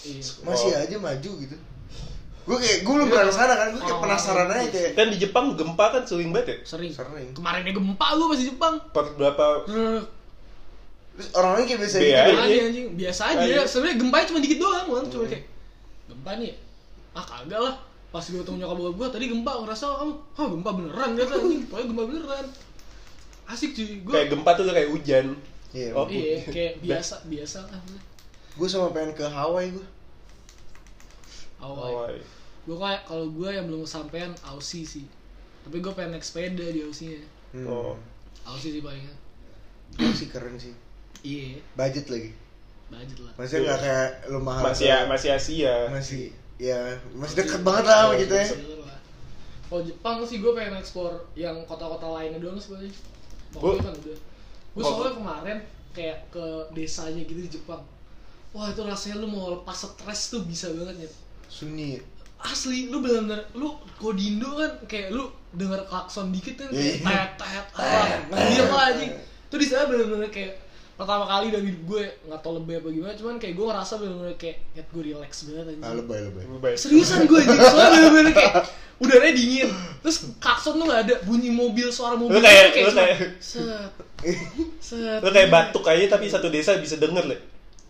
Speaker 1: Iya.
Speaker 2: masih
Speaker 3: Oh.
Speaker 2: aja maju gitu gue kayak gue
Speaker 3: Iya.
Speaker 2: belum pernah kesana kan gue kayak
Speaker 3: Oh.
Speaker 2: penasaran aja kayak
Speaker 3: Kan di Jepang gempa kan sering banget ya?
Speaker 1: Sering.
Speaker 2: Sering.
Speaker 1: Kemarin dia gempa gua masih Jepang.
Speaker 3: Per berapa?
Speaker 1: Rrrr.
Speaker 2: terus orang lain kayak biasa
Speaker 3: Iya.
Speaker 2: gitu
Speaker 1: Biasa aja
Speaker 3: iya.
Speaker 1: anjing, biasa
Speaker 3: Ah, iya.
Speaker 1: aja. Sebenarnya gempa cuma dikit doang, orang cuma kayak gempa nih. ya? Ah kagak lah. Pas gue ketemu nyokap bokap gue tadi gempa ngerasa kamu, hah gempa beneran kata anjing, pokoknya gempa beneran. Asik cuy, gue
Speaker 3: Kayak gempa tuh kayak hujan.
Speaker 2: Iya,
Speaker 3: Oh.
Speaker 1: iya kayak biasa biasa lah.
Speaker 2: gue sama pengen ke Hawaii gue
Speaker 1: Awal.
Speaker 3: Oh,
Speaker 1: Gue kayak kalau gue yang belum kesampean Aussie sih. Tapi gue pengen naik sepeda di Aussie-nya.
Speaker 2: hmm.
Speaker 3: Oh.
Speaker 2: oh
Speaker 1: Aussie sih palingnya.
Speaker 2: sih keren sih
Speaker 1: Iya,
Speaker 2: budget lagi
Speaker 1: budget lah.
Speaker 2: masih nggak kayak lu mahal
Speaker 3: Iya. masih
Speaker 2: ke-
Speaker 3: ya, masih Asia.
Speaker 2: masih ya masih dekat banget lah sama gitu ya
Speaker 1: Kalau Jepang sih gue pengen explore yang kota-kota lainnya doang sebenarnya.
Speaker 3: Gua-
Speaker 1: Pokoknya kan udah. Gue
Speaker 3: Gua-
Speaker 1: soalnya kemarin kayak ke desanya gitu di Jepang. Wah itu rasanya lu mau lepas stres tuh bisa banget ya.
Speaker 2: sunyi
Speaker 1: Asli, lu bener-bener, lu kalo di Indo kan kayak lu denger klakson dikit kan kayak
Speaker 2: Iya.
Speaker 1: tet tet ah, diem lah anjing. Tuh di sana bener-bener kayak pertama kali dari hidup gue nggak tau lebih apa gimana cuman kayak gue ngerasa bener-bener kayak nyet gue relax banget anjing
Speaker 2: ah lebay lebay
Speaker 3: Lebih baik.
Speaker 1: Seriusan gue anjing, soalnya bener-bener kayak udaranya dingin Terus klakson tuh gak ada, bunyi mobil, suara mobil
Speaker 3: Lu kayak-
Speaker 1: tuh
Speaker 3: lu kayak-
Speaker 1: cuma Set, set
Speaker 3: Lu kayak batuk aja tapi satu desa bisa denger lah.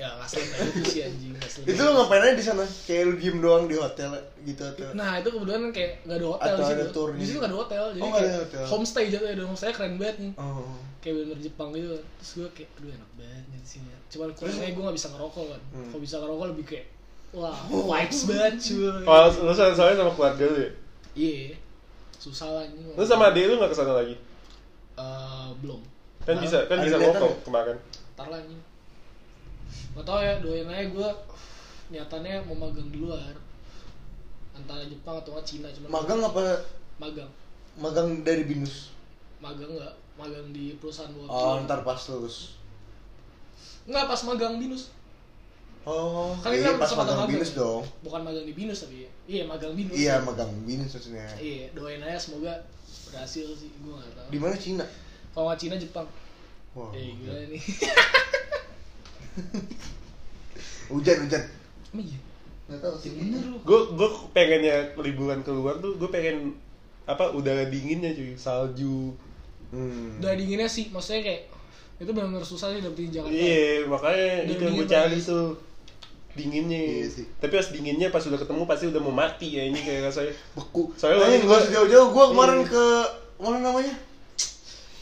Speaker 1: Ya ngasih aja itu sih anjing ngasih
Speaker 2: itu lu ngapain aja di sana kayak lu diem doang di hotel gitu atau
Speaker 1: Nah itu kebetulan kayak gak ada hotel
Speaker 2: Atau
Speaker 1: di
Speaker 2: ada
Speaker 1: situ
Speaker 2: tournya.
Speaker 1: Di situ gak ada hotel, jadi
Speaker 2: Oh, nggak
Speaker 1: kayak
Speaker 2: ada hotel.
Speaker 1: homestay jatuhnya ada homestay keren banget nih
Speaker 2: oh
Speaker 1: Kayak bener Jepang gitu Terus gue kayak, aduh enak banget nih di sini Cuman kurangnya gue gak bisa ngerokok kan
Speaker 2: Hmm. Oh.
Speaker 1: Kalau bisa ngerokok lebih kayak, wah vibes banget cuy
Speaker 3: Oh, lu soalnya soalnya sama keluarga lu ya?
Speaker 1: Iya, susah lah ini
Speaker 3: Lu sama adik lu gak kesana lagi?
Speaker 1: Eh, Belum
Speaker 3: Kan
Speaker 1: Nah,
Speaker 3: bisa, kan
Speaker 2: ada
Speaker 3: bisa
Speaker 2: kelihatan
Speaker 3: ngokok kemarin
Speaker 1: Ntar lah ini Gak tau ya, doain aja gue Niatannya mau magang di luar Antara Jepang atau nggak Cina cuman
Speaker 2: magang apa
Speaker 1: Magang
Speaker 2: magang dari binus
Speaker 1: Magang nggak Magang di perusahaan waktu
Speaker 2: oh ntar pas lulus
Speaker 1: Nggak, pas magang binus
Speaker 2: oh
Speaker 1: Kan
Speaker 2: iya
Speaker 1: kita
Speaker 2: pas
Speaker 1: sempat
Speaker 2: magang
Speaker 1: magang.
Speaker 2: binus dong
Speaker 1: Bukan magang di binus tapi ya Iya, magang binus
Speaker 2: iya magang binus maksudnya
Speaker 1: Iya, doain aja semoga berhasil sih Gue nggak tau
Speaker 2: di Oh, mana Cina
Speaker 1: Kalau nggak Cina, Jepang
Speaker 2: Wah,
Speaker 3: Iya,
Speaker 1: Eh, gila nih
Speaker 2: hujan hujan
Speaker 1: Emang iya?
Speaker 2: nggak tahu sih
Speaker 1: Bener lu
Speaker 3: Gue gue pengennya liburan keluar tuh, gue pengen apa udara dinginnya cuy, salju.
Speaker 2: hmm.
Speaker 1: Udah dinginnya sih, maksudnya kayak Itu benar-benar susah sih dapetin Jakarta
Speaker 3: Iya, makanya
Speaker 1: Udara
Speaker 3: itu yang gue
Speaker 1: dingin
Speaker 3: cari
Speaker 1: banget.
Speaker 3: tuh dinginnya.
Speaker 2: Iya sih.
Speaker 3: Tapi pas dinginnya pas udah ketemu pasti udah mau mati ya ini kayak rasanya.
Speaker 2: beku soalnya
Speaker 3: Soalnya waktu
Speaker 2: nggak
Speaker 3: gua-
Speaker 2: usah jauh-jauh gue kemarin
Speaker 3: Iya.
Speaker 2: ke mana namanya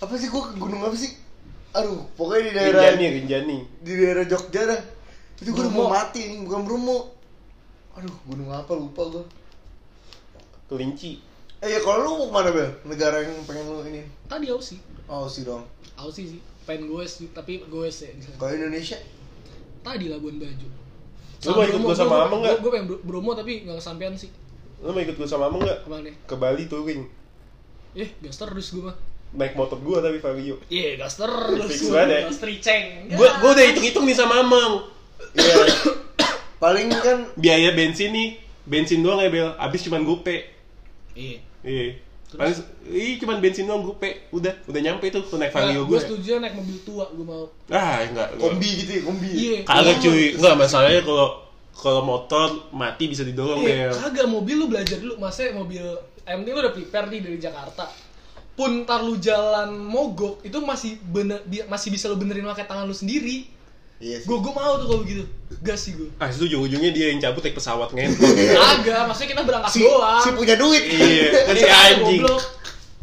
Speaker 2: apa sih gue ke gunung apa sih aduh pokoknya di daerah
Speaker 3: Rinjani, Rinjani.
Speaker 2: di daerah Jogja dah itu gue udah mau
Speaker 1: Bromo.
Speaker 2: mati nih bukan Bromo aduh gunung apa lupa gue
Speaker 3: Kelinci.
Speaker 2: eh ya kalau lu mau kemana bel negara yang pengen lu ini
Speaker 1: Tadi aku sih
Speaker 2: oh sih dong
Speaker 1: Aku sih sih Pengen goes sih, tapi goes ya
Speaker 2: kalau Indonesia
Speaker 1: tadi Labuan Bajo.
Speaker 3: Lu mau ikut gua sama Amang nggak?
Speaker 1: Gue pengen Bro- Bromo tapi nggak kesampean sih
Speaker 3: Lu mau ikut gue sama Amang nggak?
Speaker 1: kemarin. ya.
Speaker 3: Ke Bali touring.
Speaker 1: Eh, gas terus gue mah.
Speaker 3: Naik motor gue tapi Vario.
Speaker 1: Iya, gas terus.
Speaker 3: Fix banget ya.
Speaker 1: Gas triceng.
Speaker 3: Gue gue udah hitung-hitung nih sama Amang.
Speaker 2: iya paling kan
Speaker 3: Biaya bensin nih, bensin doang ya Bel. Abis cuman gope.
Speaker 1: Iya.
Speaker 3: Iya.
Speaker 1: Terus?
Speaker 3: Paling ih cuman bensin doang gue pe. Udah, udah nyampe tuh tuh naik Vario
Speaker 1: gue
Speaker 3: gue.
Speaker 1: setuju ya naik mobil tua gue mau.
Speaker 3: Ah, enggak.
Speaker 2: kombi gitu ya kombi
Speaker 1: Iya.
Speaker 3: Kagak cuy. Enggak masalahnya kalau kalau motor mati bisa didorong
Speaker 1: Iya,
Speaker 3: Bel.
Speaker 1: kagak mobil lu belajar dulu. Masa mobil MT lu udah prepare nih dari Jakarta. Pun ntar lu jalan mogok itu masih bener bi- masih bisa lu benerin pakai tangan lu sendiri.
Speaker 2: iya sih
Speaker 1: Gue gue mau tuh kalau begitu. Gas sih gue.
Speaker 3: Ah, itu ujung-ujungnya dia yang cabut naik pesawat ngempet.
Speaker 1: Iya. Kagak, maksudnya kita berangkat
Speaker 2: si,
Speaker 1: doang.
Speaker 2: si punya duit
Speaker 3: Iya, kan si
Speaker 1: Iya,
Speaker 3: anjing.
Speaker 1: goblok.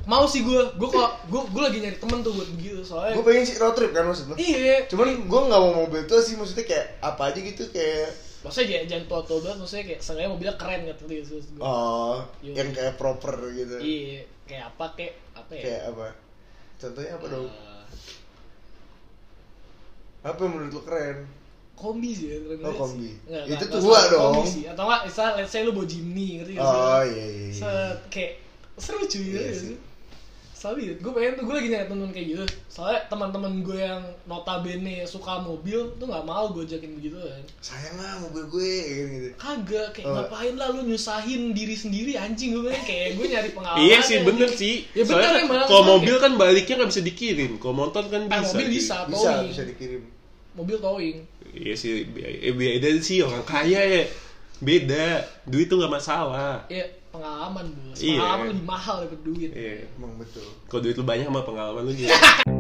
Speaker 1: Mau sih gue, gue kok gue gue lagi nyari temen tuh buat begitu
Speaker 2: gue
Speaker 1: soalnya.
Speaker 2: pengen sih road trip kan maksud lu
Speaker 1: Iya.
Speaker 2: cuman gue nggak mau mobil tua sih maksudnya kayak apa aja gitu kayak
Speaker 1: Maksudnya jangan jangan tua tua banget, maksudnya kayak seenggaknya mobilnya keren gitu. gitu, gitu.
Speaker 2: oh
Speaker 1: Yo.
Speaker 2: yang kayak proper gitu
Speaker 1: Iya. Kayak apa kayak apa ya?
Speaker 2: kayak apa contohnya apa dong
Speaker 1: Eh,
Speaker 2: apa yang menurut lu keren
Speaker 1: kombi sih ya, keren
Speaker 2: Oh,
Speaker 1: banget
Speaker 2: kombi.
Speaker 1: sih. Nggak,
Speaker 2: Itu
Speaker 1: nggak,
Speaker 2: tua
Speaker 1: nggak salah
Speaker 2: dong.
Speaker 1: Kombi sih. Atau enggak, misal let's say lu bawa Jimny ngerti nggak sih?
Speaker 2: oh iya iya, iya
Speaker 1: Set, kayak seru cuy
Speaker 2: Iya
Speaker 1: ya,
Speaker 2: sih.
Speaker 1: sih. Sabi, gue pengen tuh gue lagi nyari temen kayak gitu. Soalnya teman-teman gue yang notabene suka mobil tuh nggak mau gue ajakin begitu kan.
Speaker 2: sayang lah mobil gue gitu, gitu.
Speaker 1: kagak kayak
Speaker 2: Oh.
Speaker 1: ngapain lah lu nyusahin diri sendiri anjing gue bilang kayak gue nyari pengalaman
Speaker 3: Iya sih,
Speaker 1: anjing.
Speaker 3: bener sih.
Speaker 1: Ya bener
Speaker 3: Soalnya
Speaker 1: emang.
Speaker 3: kalau mobil kan baliknya nggak bisa dikirim, kalau motor kan
Speaker 1: Ah,
Speaker 3: bisa.
Speaker 1: mobil
Speaker 3: cuy.
Speaker 1: bisa
Speaker 2: bisa
Speaker 1: towing
Speaker 2: bisa dikirim
Speaker 1: mobil towing
Speaker 3: Iya sih, biaya, eh, beda sih orang kaya ya. Beda, duit tuh nggak masalah.
Speaker 1: ya pengalaman bos
Speaker 3: Iya.
Speaker 1: pengalaman lebih mahal daripada duit
Speaker 3: Iya.
Speaker 2: emang betul
Speaker 3: Kalau duit lu banyak sama pengalaman lu gitu.